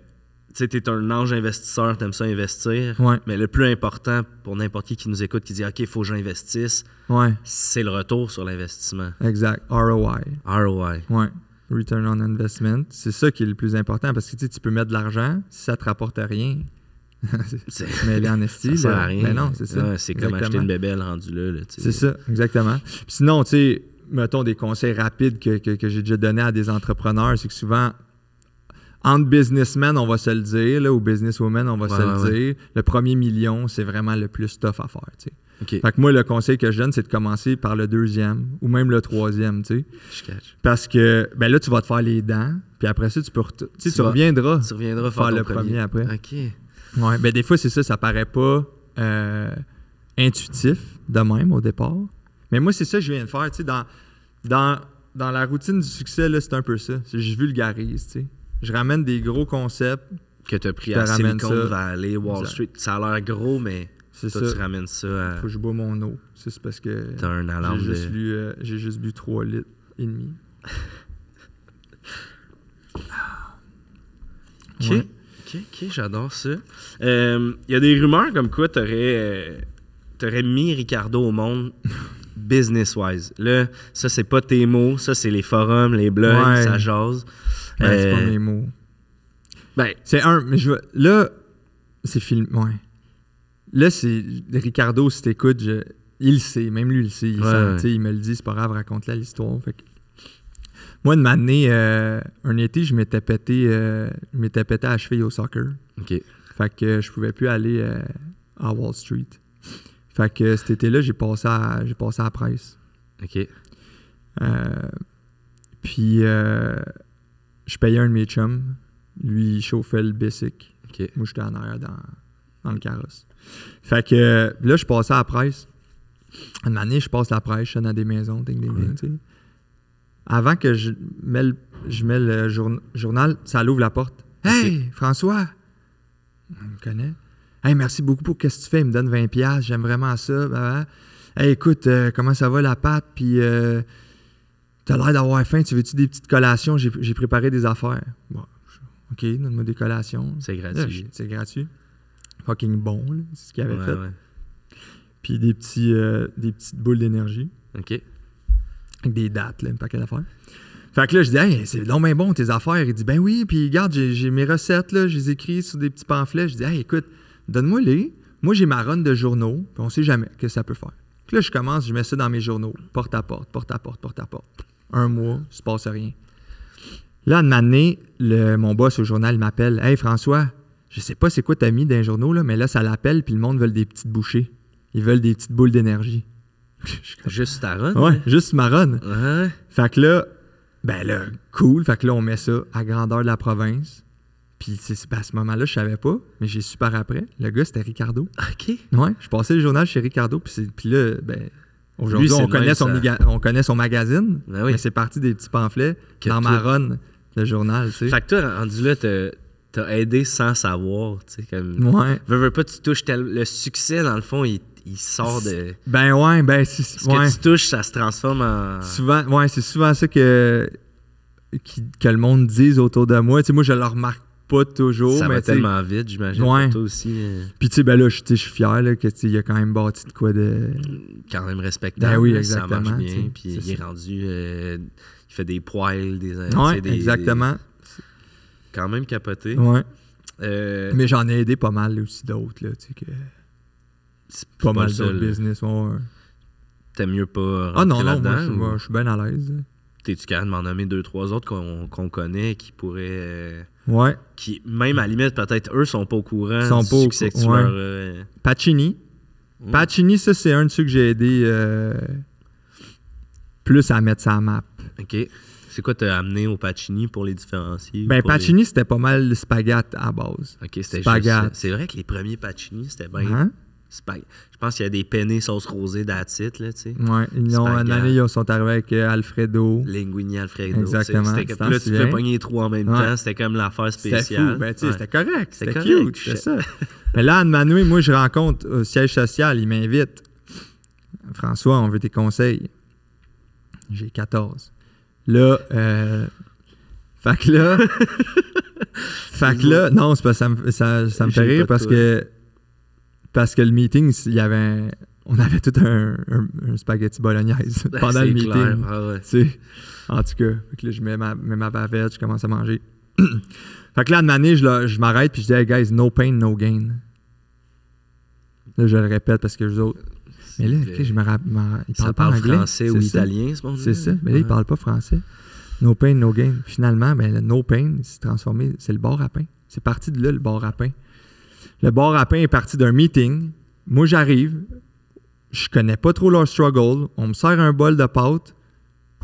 Speaker 1: sais, t'es un ange investisseur, t'aimes ça investir.
Speaker 3: Ouais.
Speaker 1: Mais le plus important pour n'importe qui qui nous écoute, qui dit OK, il faut que j'investisse,
Speaker 3: Ouais,
Speaker 1: c'est le retour sur l'investissement.
Speaker 3: exact. ROI.
Speaker 1: ROI.
Speaker 3: Ouais. Return on investment. C'est ça qui est le plus important parce que tu sais, tu peux mettre de l'argent si ça te rapporte rien.
Speaker 1: C'est-
Speaker 3: Mais elle est en
Speaker 1: Ça
Speaker 3: esti,
Speaker 1: sert
Speaker 3: là.
Speaker 1: à rien.
Speaker 3: Ben non, c'est ça.
Speaker 1: Ouais, c'est comme acheter
Speaker 3: Exactement.
Speaker 1: une bébelle rendue là. là, tu sais.
Speaker 3: C'est ça, exactement. Puis sinon, tu sais, mettons des conseils rapides que, que- que j'ai déjà donné à des entrepreneurs, c'est que souvent, entre businessmen, on va se le dire, là, ou businesswomen, on va
Speaker 1: Ouais,
Speaker 3: se le
Speaker 1: ouais,
Speaker 3: dire, le premier million, c'est vraiment le plus tough à faire, tu sais.
Speaker 1: OK,
Speaker 3: Fait que moi, le conseil que je donne, c'est de commencer par le deuxième ou même le troisième, tu sais.
Speaker 1: je catch.
Speaker 3: Parce que, ben là, tu vas te faire les dents, puis après ça, tu peux ret- tu sais,
Speaker 1: Tu
Speaker 3: tu
Speaker 1: vas-
Speaker 3: reviendras.
Speaker 1: Tu reviendras
Speaker 3: Faire
Speaker 1: faire, ton
Speaker 3: le premier après.
Speaker 1: OK.
Speaker 3: Ouais, ben des fois, c'est ça, ça paraît pas euh, intuitif de même au départ. Mais moi, c'est ça que je viens de faire, tu sais, dans, dans, dans la routine du succès, là, c'est un peu ça. C'est- Je vulgarise, tu sais. Je ramène des gros concepts,
Speaker 1: Que t'as pris
Speaker 3: Je te
Speaker 1: à
Speaker 3: ramène
Speaker 1: Silicon
Speaker 3: ça.
Speaker 1: Valley, Wall
Speaker 3: Exact.
Speaker 1: Street. Ça a l'air gros, mais
Speaker 3: c'est ça.
Speaker 1: toi, tu ramènes ça à.
Speaker 3: Faut que je bois mon eau. Ça, c'est parce que
Speaker 1: T'as un alarme
Speaker 3: j'ai juste,
Speaker 1: de-
Speaker 3: lu, euh, j'ai juste bu 3 litres et demi.
Speaker 1: OK.
Speaker 3: Ouais.
Speaker 1: Ok, ok, j'adore ça. Euh, Il y a des rumeurs comme quoi t'aurais euh, t'aurais mis Ricardo au monde business-wise. Là, ça, c'est pas tes mots, ça, c'est les forums, les blogs,
Speaker 3: Ouais.
Speaker 1: ça jase.
Speaker 3: Ben, C'est pas
Speaker 1: Euh,
Speaker 3: mes mots.
Speaker 1: ben,
Speaker 3: C'est un, mais je veux- Là, c'est film. Ouais. Là, c'est. Ricardo, si t'écoutes, je- il le sait. Même lui, il le sait. Il,
Speaker 1: Ouais,
Speaker 3: sent,
Speaker 1: ouais.
Speaker 3: tu sais, il me le dit, c'est pas grave, raconte-la l'histoire. Fait que- Moi, de m'amener euh, un été, je m'étais pété, euh, je m'étais pété à la cheville au soccer.
Speaker 1: ok.
Speaker 3: Fait que euh, je pouvais plus aller euh, à Wall Street. Fait que euh, cet été-là, j'ai passé, à- j'ai passé à la presse.
Speaker 1: Ok.
Speaker 3: Euh, puis euh, je payais un de mes chums. Lui, il chauffait le Bessic.
Speaker 1: Ok.
Speaker 3: Moi, j'étais en arrière dans, dans le carrosse. Fait que euh, là, je passais à la presse. Une année, je passe la presse, je sonne à des maisons, ding, ding, ding, tu sais. Avant que je mets le, je mets le journa- journal, ça l'ouvre la porte. Hey, François! On me connaît. Hey, merci beaucoup pour ce que tu fais. Il me donne 20$. piastres. J'aime vraiment ça. bah, bah. Hey, écoute, euh, comment ça va la pâte? Puis, euh, t'as l'air d'avoir faim. Tu veux-tu des petites collations? J'ai j'ai préparé des affaires. Bon, je- OK, donne-moi des collations.
Speaker 1: C'est
Speaker 3: Là, je-
Speaker 1: gratuit.
Speaker 3: C'est gratuit. Fucking bon, là, c'est ce qu'il avait
Speaker 1: Ouais,
Speaker 3: fait.
Speaker 1: ouais.
Speaker 3: Puis des, petits, euh, des petites boules d'énergie
Speaker 1: Ok.
Speaker 3: avec des dates, là, un paquet d'affaires. Fait que là, je dis, hey, c'est donc bien bon tes affaires. Il dit, ben oui, puis regarde, j'ai j'ai mes recettes, là, je les écris sur des petits pamphlets. Je dis, hey, écoute, donne-moi les. Moi, j'ai ma run de journaux, puis on sait jamais que ça peut faire. Puis là, je commence, je mets ça dans mes journaux, porte à porte, porte à porte, porte à porte. Un mois, il se passe rien. Là, de m'amener, mon boss au journal m'appelle, hey François, je sais pas c'est quoi t'as mis dans les journaux, là, mais là, ça l'appelle, puis le monde veut des petites bouchées. Ils veulent des petites boules d'énergie. Je suis comme,
Speaker 1: Juste ta run.
Speaker 3: ouais, juste ma run.
Speaker 1: Ouais.
Speaker 3: Fait que là, ben là, cool. Fait que là, on met ça à grandeur de la province. Puis c'est c'est- à ce moment-là, je savais pas, mais j'ai su par après. Le gars, c'était Ricardo.
Speaker 1: Ok.
Speaker 3: Ouais, je passais le journal chez Ricardo. Puis c'est- puis là, ben, aujourd'hui,
Speaker 1: Lui, c'est
Speaker 3: on,
Speaker 1: le
Speaker 3: connaît
Speaker 1: même,
Speaker 3: son
Speaker 1: ça.
Speaker 3: miga- on connaît son magazine.
Speaker 1: Ben oui.
Speaker 3: Mais c'est parti des petits pamphlets
Speaker 1: Que
Speaker 3: dans
Speaker 1: toi-
Speaker 3: ma run, le journal, tu sais.
Speaker 1: Fait que toi, rendu là, t'as- t'as aidé sans savoir, tu sais, comme...
Speaker 3: Ouais.
Speaker 1: Veux, veux pas, tu touches tel- Le succès, dans le fond, il, il sort de...
Speaker 3: Ben ouais, ben c'est.
Speaker 1: Ce
Speaker 3: ouais.
Speaker 1: que tu touches, ça se transforme en...
Speaker 3: Souvent, ouais, c'est souvent ça que, qui- que le monde dise autour de moi. Tu sais, moi, je le remarque pas toujours.
Speaker 1: ça
Speaker 3: mais
Speaker 1: va
Speaker 3: tu sais,
Speaker 1: tellement vite, j'imagine, pour
Speaker 3: Ouais.
Speaker 1: toi aussi. euh,
Speaker 3: Puis tu sais, ben là, je tu sais, je suis fier là, que tu sais, il a quand même bâti de quoi de.
Speaker 1: Quand même respectable,
Speaker 3: Ben oui,
Speaker 1: là, ça marche
Speaker 3: exactement, tu
Speaker 1: bien,
Speaker 3: sais,
Speaker 1: puis
Speaker 3: c'est
Speaker 1: il est
Speaker 3: ça.
Speaker 1: rendu... euh, il fait des poils, des... euh, tu
Speaker 3: Ouais,
Speaker 1: sais, des-
Speaker 3: exactement.
Speaker 1: des- quand même capoté.
Speaker 3: Ouais.
Speaker 1: Euh,
Speaker 3: Mais j'en ai aidé pas mal aussi d'autres, là, tu sais, que
Speaker 1: c'est
Speaker 3: pas mal
Speaker 1: le
Speaker 3: d'autres
Speaker 1: seul.
Speaker 3: business. ouais, ouais.
Speaker 1: T'aimes mieux pas rentrer
Speaker 3: Ah non, non, moi,
Speaker 1: là-dedans?
Speaker 3: je-
Speaker 1: ou
Speaker 3: moi, je suis bien à l'aise. là.
Speaker 1: T'es-tu capable de m'en nommer deux, trois autres qu'on qu'on connaît qui pourraient... euh,
Speaker 3: Ouais.
Speaker 1: qui, même à la limite, peut-être eux sont pas au courant
Speaker 3: Sont
Speaker 1: du
Speaker 3: pas au
Speaker 1: succès que tu
Speaker 3: cou- ouais.
Speaker 1: leur, euh,
Speaker 3: Pacini.
Speaker 1: Mm.
Speaker 3: Pacini, ça, c'est un de ceux que j'ai aidé euh, plus à mettre sa map.
Speaker 1: OK. C'est quoi t'as amené au Pacini pour les différencier? ou
Speaker 3: Ben,
Speaker 1: pour les-
Speaker 3: Pacini, c'était pas mal le spaghette à base.
Speaker 1: OK, c'était juste...
Speaker 3: Spaghette.
Speaker 1: ça. C'est vrai que les premiers Pacini, c'était bien...
Speaker 3: Hein?
Speaker 1: spag- Je pense qu'il y a des penne sauce rosée d'attitude, là, tu sais.
Speaker 3: Ouais. Ils ont, une
Speaker 1: Spaghette.
Speaker 3: année, ils sont arrivés avec euh, Alfredo.
Speaker 1: Linguini Alfredo.
Speaker 3: Exactement,
Speaker 1: tu sais,
Speaker 3: tu
Speaker 1: C'était
Speaker 3: t'en
Speaker 1: comme... Là, tu
Speaker 3: souviens?
Speaker 1: pouvais pogner les trois en même
Speaker 3: Ouais.
Speaker 1: temps. C'était comme l'affaire
Speaker 3: C'était
Speaker 1: spéciale.
Speaker 3: fou. Ben, tu sais,
Speaker 1: Ouais.
Speaker 3: c'était correct.
Speaker 1: C'était
Speaker 3: C'était
Speaker 1: correct,
Speaker 3: cute. C'était
Speaker 1: je-
Speaker 3: ça. Mais là, Anne-Manué, moi, je rencontre au siège social. Il m'invite. François, on veut tes conseils. J'ai 14. Là, euh, fait que là, fait que là, non, c'est pas ça me, ça, ça me fait
Speaker 1: J'ai
Speaker 3: rire
Speaker 1: pas
Speaker 3: parce
Speaker 1: de
Speaker 3: que, parce que le meeting, il y avait, un- on avait tout un, un- un spaghetti bolognaise
Speaker 1: Ben,
Speaker 3: pendant
Speaker 1: c'est
Speaker 3: le meeting.
Speaker 1: clair. Ah ouais.
Speaker 3: Tu sais, en tout cas, fait que là, je mets ma, mets ma bavette, je commence à manger. fait que là, de année, je, le- je m'arrête puis je dis, hey guys, no pain, no gain. Là, je le répète parce que les autres. Mais là, ok, je me rappelle. Ils
Speaker 1: Ça
Speaker 3: parlent pas
Speaker 1: parle
Speaker 3: anglais.
Speaker 1: français ou
Speaker 3: c'est ça.
Speaker 1: italien, ce moment-là?
Speaker 3: C'est ça. Mais là, ils
Speaker 1: Ouais.
Speaker 3: parlent pas français. No pain, no gain. Finalement, ben, le no pain s'est transformé. C'est le bar à pain. C'est parti de là, le bar à pain. Le bar à pain est parti d'un meeting. Moi, j'arrive. Je connais pas trop leur struggle. On me sert un bol de pâtes.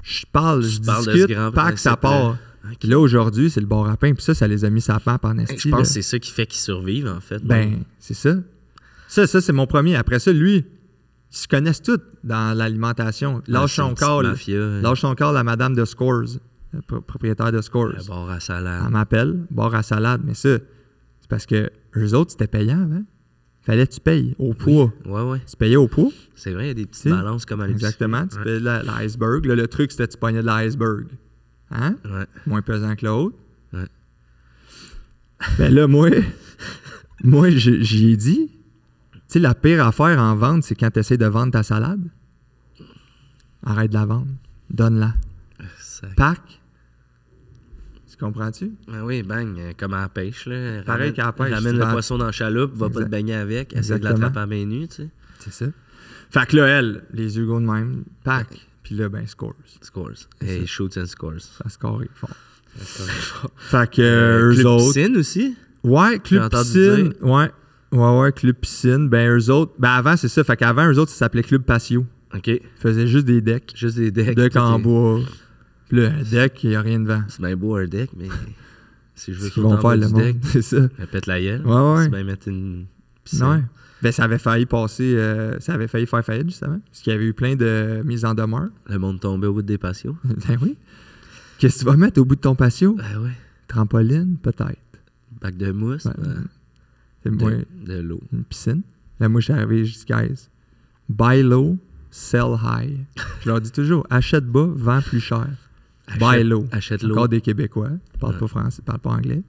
Speaker 3: Je parle,
Speaker 1: Tu
Speaker 3: je
Speaker 1: parles de ce
Speaker 3: discute.
Speaker 1: grand hein.
Speaker 3: pas que ça part.
Speaker 1: principe-là. Ah, Ok.
Speaker 3: Puis là, aujourd'hui, c'est le bar à pain. Puis ça, ça les a mis sa pape en
Speaker 1: Hey,
Speaker 3: esti.
Speaker 1: Je pense
Speaker 3: là.
Speaker 1: que c'est ça qui fait qu'ils survivent, en fait.
Speaker 3: euh, Ben, c'est ça. Ça, ça c'est mon premier. Après ça, lui, ils se connaissent tous dans l'alimentation.
Speaker 1: Dans
Speaker 3: Lâche
Speaker 1: son
Speaker 3: son
Speaker 1: petit
Speaker 3: corps. là.
Speaker 1: mafia, hein.
Speaker 3: Lâche son corps à Madame de Scores, la pro- propriétaire de Scores.
Speaker 1: Le bord à
Speaker 3: Elle
Speaker 1: salade.
Speaker 3: m'appelle, boire à salade, mais ça, c'est parce que eux autres, c'était payant avant. Fallait que tu payes au poids.
Speaker 1: Ouais, ouais.
Speaker 3: Tu payais au poids.
Speaker 1: C'est vrai, il y a des petites
Speaker 3: Si.
Speaker 1: balances comme à l'épicerie.
Speaker 3: Exactement. Tu payais la- l'iceberg. Là, le truc, c'était que tu pognais de l'iceberg. Hein?
Speaker 1: Ouais.
Speaker 3: Moins pesant que l'autre.
Speaker 1: Ouais.
Speaker 3: Ben là, moi, moi j'ai- j'y ai dit. Tu sais, la pire affaire en vente, c'est quand tu essaies de vendre ta salade. Arrête de la vendre. Donne-la.
Speaker 1: Sac.
Speaker 3: Pack. Tu comprends-tu?
Speaker 1: Ah oui, bang, euh, comme à la pêche. Là.
Speaker 3: Pareil
Speaker 1: Ramène-
Speaker 3: qu'à la pêche,
Speaker 1: Ramène
Speaker 3: tu
Speaker 1: le
Speaker 3: vas-
Speaker 1: poisson dans la chaloupe, va pas
Speaker 3: Exact.
Speaker 1: te baigner avec, essaie de
Speaker 3: Exactement.
Speaker 1: l'attraper à main nue, tu sais.
Speaker 3: C'est ça. Fait que là, elle, les yeux gros de même, pack. Puis là, ben, scores.
Speaker 1: Scores. Hey, shoots and scores.
Speaker 3: Ça score est fort. Fait que euh,
Speaker 1: Euh,
Speaker 3: eux
Speaker 1: Club
Speaker 3: autres.
Speaker 1: Piscine aussi.
Speaker 3: Ouais,
Speaker 1: J'ai
Speaker 3: Club
Speaker 1: entendu
Speaker 3: Piscine.
Speaker 1: dire.
Speaker 3: Ouais. Ouais, ouais, Club Piscine. Ben, eux autres. Ben, avant, c'est ça. Fait qu'avant, eux autres, ça s'appelait Club Patio.
Speaker 1: OK.
Speaker 3: Ils faisaient juste des decks.
Speaker 1: Juste des decks.
Speaker 3: Deck
Speaker 1: tout
Speaker 3: en
Speaker 1: est-
Speaker 3: bois. Puis là, un deck, il n'y a rien devant.
Speaker 1: C'est bien beau un deck, mais si je veux
Speaker 3: C'est ce qu'ils
Speaker 1: sauter en
Speaker 3: vont
Speaker 1: bas
Speaker 3: faire le
Speaker 1: du
Speaker 3: monde.
Speaker 1: deck,
Speaker 3: C'est ça.
Speaker 1: elle pète la gueule.
Speaker 3: Ouais, ouais.
Speaker 1: C'est bien mettre une piscine.
Speaker 3: Ouais. Ben, ça avait failli passer. euh, ça avait failli faire faillite, justement. Parce qu'il y avait eu plein de mises en demeure.
Speaker 1: Le monde tombait au bout des patios.
Speaker 3: ben oui. Qu'est-ce que tu vas mettre au bout de ton patio?
Speaker 1: Ah ouais.
Speaker 3: Trampoline, peut-être.
Speaker 1: Bac de mousse.
Speaker 3: Ben Ouais.
Speaker 1: ben,
Speaker 3: C'est
Speaker 1: de,
Speaker 3: moins
Speaker 1: de l'eau.
Speaker 3: une piscine. Là, moi, je suis arrivé, je dis, guys, buy low, sell high. Je leur dis toujours, achète bas, vends plus cher. buy
Speaker 1: Achète-
Speaker 3: low.
Speaker 1: Achète l'eau
Speaker 3: Encore des Québécois, ils parlent pas français, ils parlent pas anglais.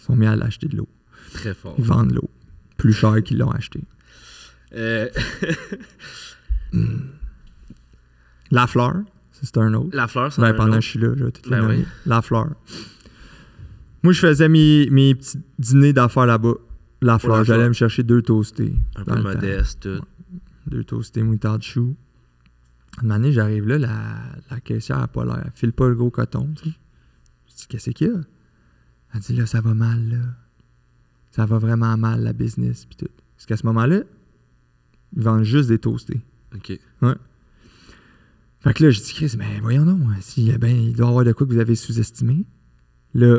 Speaker 3: Ils sont mis à l'acheter de l'eau.
Speaker 1: très fort.
Speaker 3: Ils vendent l'eau plus cher qu'ils l'ont acheté.
Speaker 1: Euh,
Speaker 3: La fleur, ça, c'est un autre.
Speaker 1: la fleur, ça
Speaker 3: Ben,
Speaker 1: en a un
Speaker 3: pendant que
Speaker 1: autre.
Speaker 3: je suis là, je vais tout
Speaker 1: Ben
Speaker 3: nommer.
Speaker 1: oui.
Speaker 3: La fleur. Moi, je faisais mes, mes petits dîners d'affaires là-bas. La fleur,
Speaker 1: la
Speaker 3: j'allais
Speaker 1: fleur.
Speaker 3: me chercher deux toastés.
Speaker 1: un
Speaker 3: dans
Speaker 1: peu
Speaker 3: le temps.
Speaker 1: modeste. tout.
Speaker 3: Deux toastés moutarde chou. Une année, j'arrive là, la, la caissière n'a pas l'air. Elle file pas le gros coton. tu sais. Je dis, qu'est-ce qu'il y a? Elle dit, là, ça va mal, là. Ça va vraiment mal, la business, puis tout. Parce qu'à ce moment-là, ils vendent juste des toastés.
Speaker 1: OK.
Speaker 3: Fait que là, j'ai dit, Chris, ben voyons donc, hein, si, eh ben, il doit y avoir de quoi que vous avez sous-estimé. Là,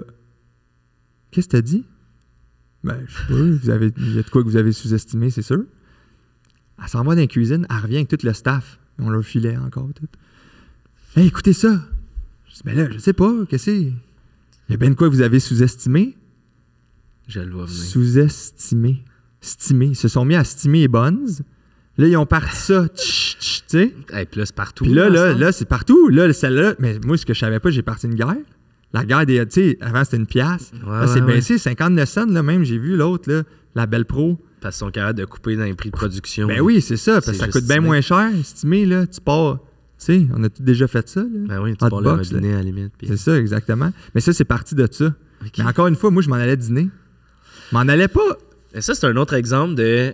Speaker 3: qu'est-ce que t'as dit? Ben, je sais pas, vous avez, il y a de quoi que vous avez sous-estimé, c'est sûr. Elle s'en va dans la cuisine, elle revient avec tout le staff. On leur filait encore, tout. Hey, écoutez ça! Je dis, ben là, je sais pas, qu'est-ce que c'est? Il y a ben de quoi que vous avez sous-estimé?
Speaker 1: Je le vois venir.
Speaker 3: Sous-estimé. Stimé. Ils se sont mis à stimer les buns. Là, ils ont parti ça, tch, tch, tu sais.
Speaker 1: Et puis là, c'est partout.
Speaker 3: Puis là,
Speaker 1: dans
Speaker 3: là,
Speaker 1: le
Speaker 3: là, c'est partout. Là, celle-là, mais moi, ce que je savais pas, j'ai parti une guerre. La guerre des. Tu sais, avant, c'était une pièce. là,
Speaker 1: Ouais,
Speaker 3: c'est
Speaker 1: ouais,
Speaker 3: baissé. 59 cents, là, même. J'ai vu l'autre, là, la Belle Pro.
Speaker 1: sens. Parce qu'ils sont capables de couper dans les prix de production.
Speaker 3: Ben oui, c'est ça. Parce que
Speaker 1: C'est
Speaker 3: ça
Speaker 1: juste
Speaker 3: coûte bien
Speaker 1: estimé.
Speaker 3: moins cher, estimé, là. Tu pars. Tu sais, on a tous déjà fait ça, là.
Speaker 1: Ben oui, tu
Speaker 3: Hot
Speaker 1: pars le
Speaker 3: box, là.
Speaker 1: robinet à la limite. puis-
Speaker 3: C'est ça, exactement. Mais ça, c'est parti de ça.
Speaker 1: Ok.
Speaker 3: Mais encore une fois, moi, je m'en allais dîner. Je M'en allais pas.
Speaker 1: Et ça, c'est un autre exemple de.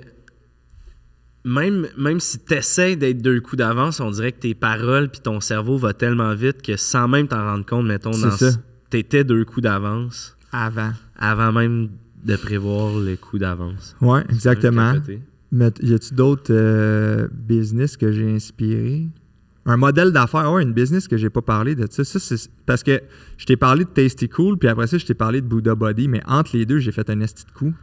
Speaker 1: Même, même si tu essaies d'être deux coups d'avance, on dirait que tes paroles puis ton cerveau va tellement vite que sans même t'en rendre compte, mettons,
Speaker 3: C'est
Speaker 1: dans
Speaker 3: ça.
Speaker 1: ce- t'étais deux coups d'avance
Speaker 3: Avant.
Speaker 1: avant même de prévoir les coups d'avance. C'est
Speaker 3: Ouais,
Speaker 1: quand même
Speaker 3: exactement.
Speaker 1: capoté.
Speaker 3: Mais t- y a-tu d'autres euh, business que j'ai inspiré? Un modèle d'affaires, ouais, une business que j'ai pas parlé de ça. Ça, c'est parce que je t'ai parlé de Tasty Cool, puis après ça, je t'ai parlé de Buddha Body, mais entre les deux, j'ai fait un esti de coup.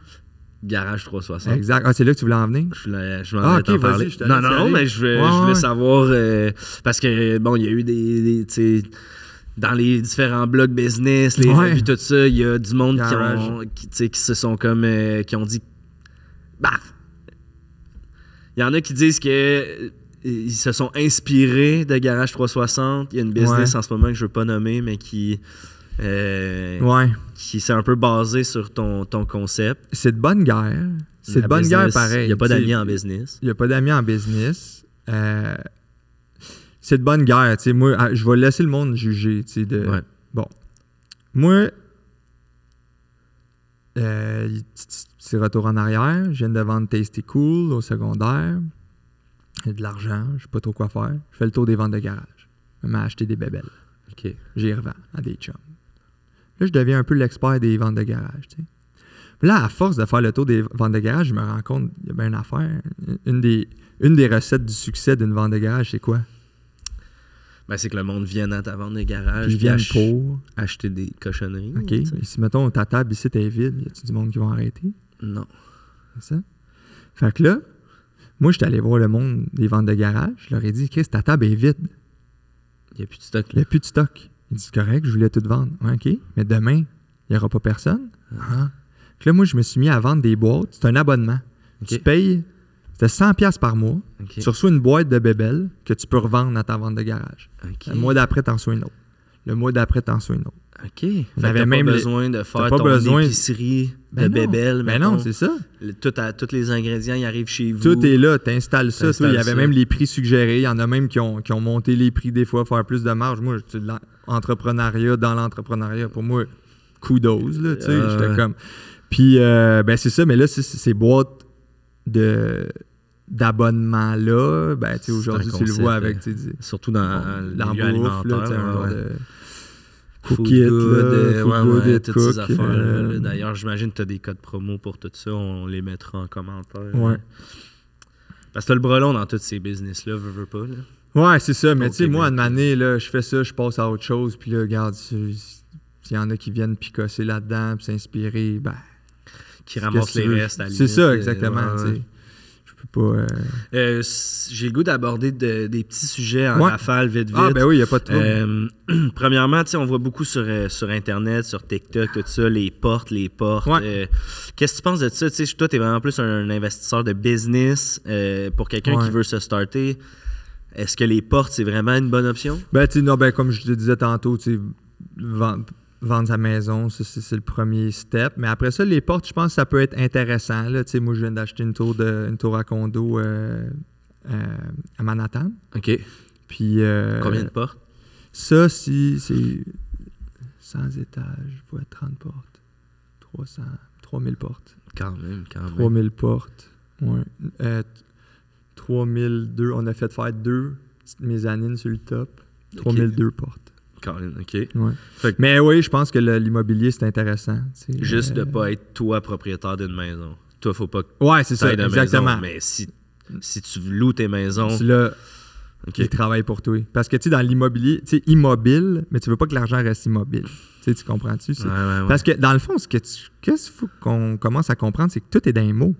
Speaker 1: Garage 360.
Speaker 3: Exact. Ah, c'est là que tu voulais en venir?
Speaker 1: Je, voulais- je m'en
Speaker 3: Ah,
Speaker 1: vais
Speaker 3: ok,
Speaker 1: t'en
Speaker 3: vas-y,
Speaker 1: parler.
Speaker 3: je te
Speaker 1: non,
Speaker 3: laisse y
Speaker 1: non,
Speaker 3: aller.
Speaker 1: mais je, veux-
Speaker 3: Ouais,
Speaker 1: je voulais
Speaker 3: ouais.
Speaker 1: savoir. euh, parce que, bon, il y a eu des. des- tu sais, dans les différents blogs business, les
Speaker 3: Ouais.
Speaker 1: revues, tout ça, il y a du monde qui,
Speaker 3: Garage.
Speaker 1: ont, qui, tu sais, qui se sont comme. euh, qui ont dit. Bah! Il y en a qui disent que. euh, Ils se sont inspirés de Garage 360. Il y a une business
Speaker 3: Ouais.
Speaker 1: en ce moment que je veux pas nommer, mais qui. euh,
Speaker 3: Ouais.
Speaker 1: qui s'est un peu basé sur ton, ton concept.
Speaker 3: C'est de bonne guerre. C'est
Speaker 1: La
Speaker 3: de bonne guerre
Speaker 1: business,
Speaker 3: pareil.
Speaker 1: Il n'y a pas
Speaker 3: tu sais.
Speaker 1: d'amis en business.
Speaker 3: Il n'y a pas d'amis en business. Euh, c'est de bonne guerre. tu sais. Moi, ah, je vais laisser le monde juger. tu sais, De...
Speaker 1: Ouais.
Speaker 3: Bon. Moi, euh, y- petit petit retour en arrière. Je viens de vendre Tasty Cool au secondaire. J'ai de l'argent. Je sais pas trop quoi faire. Je fais le tour des ventes de garage. Je me mets à acheter des bébelles.
Speaker 1: OK.
Speaker 3: J'y revends à des chums. Là, je deviens un peu l'expert des ventes de garage. tu sais. Puis Là, à force de faire le tour des ventes de garage, je me rends compte qu'il y a bien une affaire. Une des, une des recettes du succès d'une vente de garage, c'est quoi?
Speaker 1: Ben, c'est que le monde vienne à ta vente de garage.
Speaker 3: Ils
Speaker 1: puis
Speaker 3: viennent
Speaker 1: ach-
Speaker 3: pour.
Speaker 1: Acheter des cochonneries.
Speaker 3: OK.
Speaker 1: tu sais.
Speaker 3: Et si, mettons, ta table ici, t'es vide, y a-tu du monde qui va arrêter?
Speaker 1: Non.
Speaker 3: C'est ça? Fait que là, moi, j'étais allé voir le monde des ventes de garage. Je leur ai dit, Chris, ta table est vide.
Speaker 1: Il n'y a plus de stock.
Speaker 3: Il n'y a plus de stock. Il dit, correct, je voulais tout vendre. Ouais, OK, mais demain, il n'y aura pas personne. Ah. Fait que là, moi, je me suis mis à vendre des boîtes. C'est un abonnement.
Speaker 1: OK.
Speaker 3: Tu payes, c'était 100$ piastres par mois.
Speaker 1: OK.
Speaker 3: Tu reçois une boîte de bébelles que tu peux revendre à ta vente de garage.
Speaker 1: OK.
Speaker 3: Ben, Le mois d'après, t'en reçois une autre. Le mois d'après, t'en reçois une autre.
Speaker 1: OK. Fait que
Speaker 3: avait
Speaker 1: t'as
Speaker 3: même
Speaker 1: pas
Speaker 3: les-
Speaker 1: besoin de faire
Speaker 3: pas
Speaker 1: ton
Speaker 3: besoin-
Speaker 1: épicerie
Speaker 3: Ben
Speaker 1: de
Speaker 3: non.
Speaker 1: bébelle.
Speaker 3: Ben non,
Speaker 1: mettons.
Speaker 3: c'est ça.
Speaker 1: Le- tout à- Tous les ingrédients, ils arrivent chez vous.
Speaker 3: Tout est là, t'installes ça. toi. Il y
Speaker 1: T'installes
Speaker 3: avait
Speaker 1: ça.
Speaker 3: même les prix suggérés. Il y en a même qui ont, qui ont monté les prix des fois, faire plus de marge. Moi, c'est de l'entrepreneuriat dans l'entrepreneuriat. Pour moi, kudos, là, tu sais.
Speaker 1: Ah
Speaker 3: J'étais
Speaker 1: ouais.
Speaker 3: comme... Puis, euh, ben c'est ça. Mais là, c'est- c'est- ces boîtes de d'abonnement-là, ben, tu sais,
Speaker 1: C'est un
Speaker 3: aujourd'hui, tu le
Speaker 1: concept,
Speaker 3: vois avec,
Speaker 1: euh,
Speaker 3: tu sais, des-
Speaker 1: Surtout dans
Speaker 3: la
Speaker 1: dans le milieu
Speaker 3: bouffe, là,
Speaker 1: alimentaire.
Speaker 3: tu sais, un
Speaker 1: ouais,
Speaker 3: genre
Speaker 1: ouais.
Speaker 3: de...
Speaker 1: Food
Speaker 3: Cookit,
Speaker 1: good,
Speaker 3: là,
Speaker 1: euh,
Speaker 3: food
Speaker 1: ouais,
Speaker 3: good
Speaker 1: ouais,
Speaker 3: et
Speaker 1: toutes ces
Speaker 3: cook,
Speaker 1: affaires-là. là.
Speaker 3: euh,
Speaker 1: D'ailleurs, j'imagine que tu as des codes promo pour tout ça. On les mettra en commentaire.
Speaker 3: Ouais.
Speaker 1: Parce que t'as le brelon dans tous ces business-là, veux, veux pas. Là.
Speaker 3: Ouais, c'est ça. Mais tu sais,
Speaker 1: Québec.
Speaker 3: moi, à une année, là, je fais ça, je passe à autre chose. Puis là, regarde, s'il y en a qui viennent picosser là-dedans, puis s'inspirer, ben.
Speaker 1: Qui
Speaker 3: qu'est-ce
Speaker 1: ramasse
Speaker 3: que
Speaker 1: les
Speaker 3: tu veux?
Speaker 1: restes à la
Speaker 3: C'est
Speaker 1: limite,
Speaker 3: ça,
Speaker 1: euh,
Speaker 3: exactement.
Speaker 1: ouais,
Speaker 3: tu
Speaker 1: ouais.
Speaker 3: sais. Je peux pas. euh,
Speaker 1: Euh, s- J'ai le goût d'aborder de- des petits sujets en
Speaker 3: Ouais.
Speaker 1: rafale, vite, vite.
Speaker 3: Ah, ben oui, il n'y a pas de trouble.
Speaker 1: Euh, premièrement, tu sais, on voit beaucoup sur, euh, sur Internet, sur TikTok, tout ça, les portes, les portes.
Speaker 3: Ouais.
Speaker 1: Euh, Qu'est-ce que tu penses de ça? Tu sais, toi, tu es vraiment plus un, investisseur de business euh, pour quelqu'un
Speaker 3: Ouais.
Speaker 1: qui veut se starter. Est-ce que les portes, c'est vraiment une bonne option?
Speaker 3: Ben, tu sais, non, ben, comme je te disais tantôt, tu sais, vendre, vendre sa maison, ça, c'est c'est le premier step. Mais après ça, les portes, je pense que ça peut être intéressant. Là. Tu sais, moi, je viens d'acheter une, tour de- une tour à condo euh, euh, à Manhattan.
Speaker 1: OK.
Speaker 3: Puis, euh,
Speaker 1: Combien de portes?
Speaker 3: Ça, si c'est 100 étages, fois 30 portes, 300, 3000 portes,
Speaker 1: Quand même, quand même.
Speaker 3: 3000 portes, ouais. Euh, t- 3002, on a fait faire deux petites mezzanines sur le top, 3002 portes.
Speaker 1: Quand même, OK.
Speaker 3: Ouais.
Speaker 1: Fait que-
Speaker 3: Mais oui, je pense que le- l'immobilier, c'est intéressant. tu sais,
Speaker 1: Juste de
Speaker 3: euh,
Speaker 1: pas être toi propriétaire d'une maison. Toi, faut pas que
Speaker 3: Ouais, c'est ça,
Speaker 1: t'ailles de
Speaker 3: exactement.
Speaker 1: maison. Mais si, si tu loues tes maisons,
Speaker 3: Tu l'as-
Speaker 1: OK.
Speaker 3: qui travaille pour toi. Parce que, tu sais, dans l'immobilier, tu sais, immobile, mais tu veux pas que l'argent reste immobile. Tu sais, tu comprends-tu? C'est-
Speaker 1: Ouais, ouais, ouais.
Speaker 3: Parce que, dans le fond, ce que tu- qu'est-ce qu'il faut qu'on commence à comprendre, c'est que tout est dans les mots.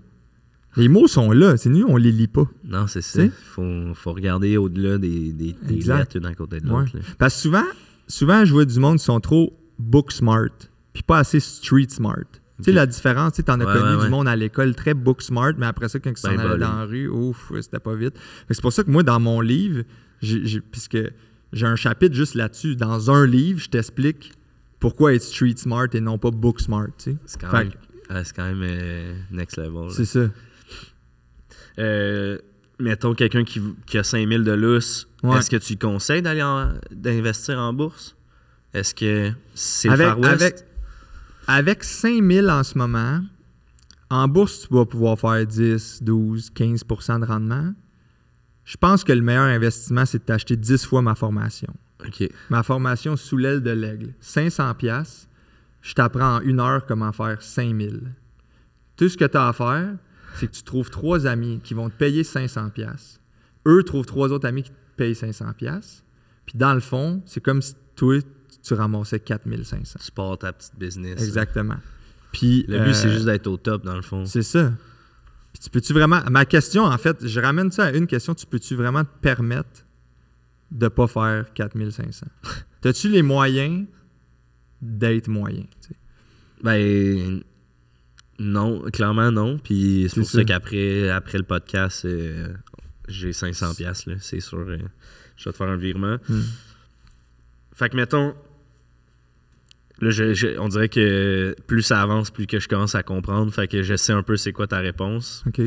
Speaker 3: Les mots sont là, c'est nous, on les lit pas.
Speaker 1: Non, c'est ça.
Speaker 3: Tu sais?
Speaker 1: Faut, faut regarder au-delà des, des, des
Speaker 3: Exact.
Speaker 1: lettres l'une à côté de l'autre.
Speaker 3: Ouais.
Speaker 1: là.
Speaker 3: Parce que souvent, souvent, je vois du monde qui sont trop book smart, puis pas assez street smart. Tu sais,
Speaker 1: Ok.
Speaker 3: la différence, tu en as
Speaker 1: Ouais,
Speaker 3: connu
Speaker 1: ouais,
Speaker 3: du
Speaker 1: ouais.
Speaker 3: monde à l'école très book smart, mais après ça, quand ils s'en
Speaker 1: Ben
Speaker 3: allaient
Speaker 1: bolé.
Speaker 3: dans la rue, ouf, c'était pas vite. Fait que C'est pour ça que moi, dans mon livre, j'ai- j'ai- puisque j'ai un chapitre juste là-dessus, dans un livre, je t'explique pourquoi être street smart et non pas book smart. tu sais.
Speaker 1: C'est quand,
Speaker 3: Fait
Speaker 1: même-
Speaker 3: que
Speaker 1: ouais, c'est quand même euh, next level. là.
Speaker 3: C'est ça.
Speaker 1: Euh, mettons quelqu'un qui, qui a 5000 de lousse,
Speaker 3: Ouais.
Speaker 1: est-ce que tu lui conseilles d'aller en- d'investir en bourse? Est-ce que c'est le
Speaker 3: Avec,
Speaker 1: Far West?
Speaker 3: avec, avec 5000 en ce moment, en bourse, tu vas pouvoir faire 10, 12, 15 de rendement. Je pense que le meilleur investissement, c'est de t'acheter 10 fois ma formation.
Speaker 1: OK.
Speaker 3: Ma formation sous l'aile de l'aigle, 500 pièces. Je t'apprends en une heure comment faire 5000. Tout ce que tu as à faire, c'est que tu trouves trois amis qui vont te payer 500 pièces. Eux trouvent trois autres amis qui te payent 500 pièces. Puis dans le fond, c'est comme si toi, tu ramassais 4500.
Speaker 1: Tu pars ta petite business.
Speaker 3: Exactement. Puis
Speaker 1: Le but, c'est
Speaker 3: euh,
Speaker 1: juste d'être au top, dans le fond.
Speaker 3: c'est ça. Puis tu peux-tu vraiment. Ma question, en fait, je ramène ça à une question. Tu peux-tu vraiment te permettre de pas faire 4500? T'as-tu les moyens d'être moyen? tu sais?
Speaker 1: Ben, non, clairement non. Puis c'est
Speaker 3: C'est
Speaker 1: pour ça,
Speaker 3: ça.
Speaker 1: qu'après après le podcast, euh, j'ai 500 pièces là, c'est sûr. euh, je vais te faire un virement.
Speaker 3: Hmm.
Speaker 1: Fait que mettons, là, je- je- on dirait que plus ça avance, plus que je commence à comprendre. Fait que je sais un peu c'est quoi ta réponse.
Speaker 3: OK.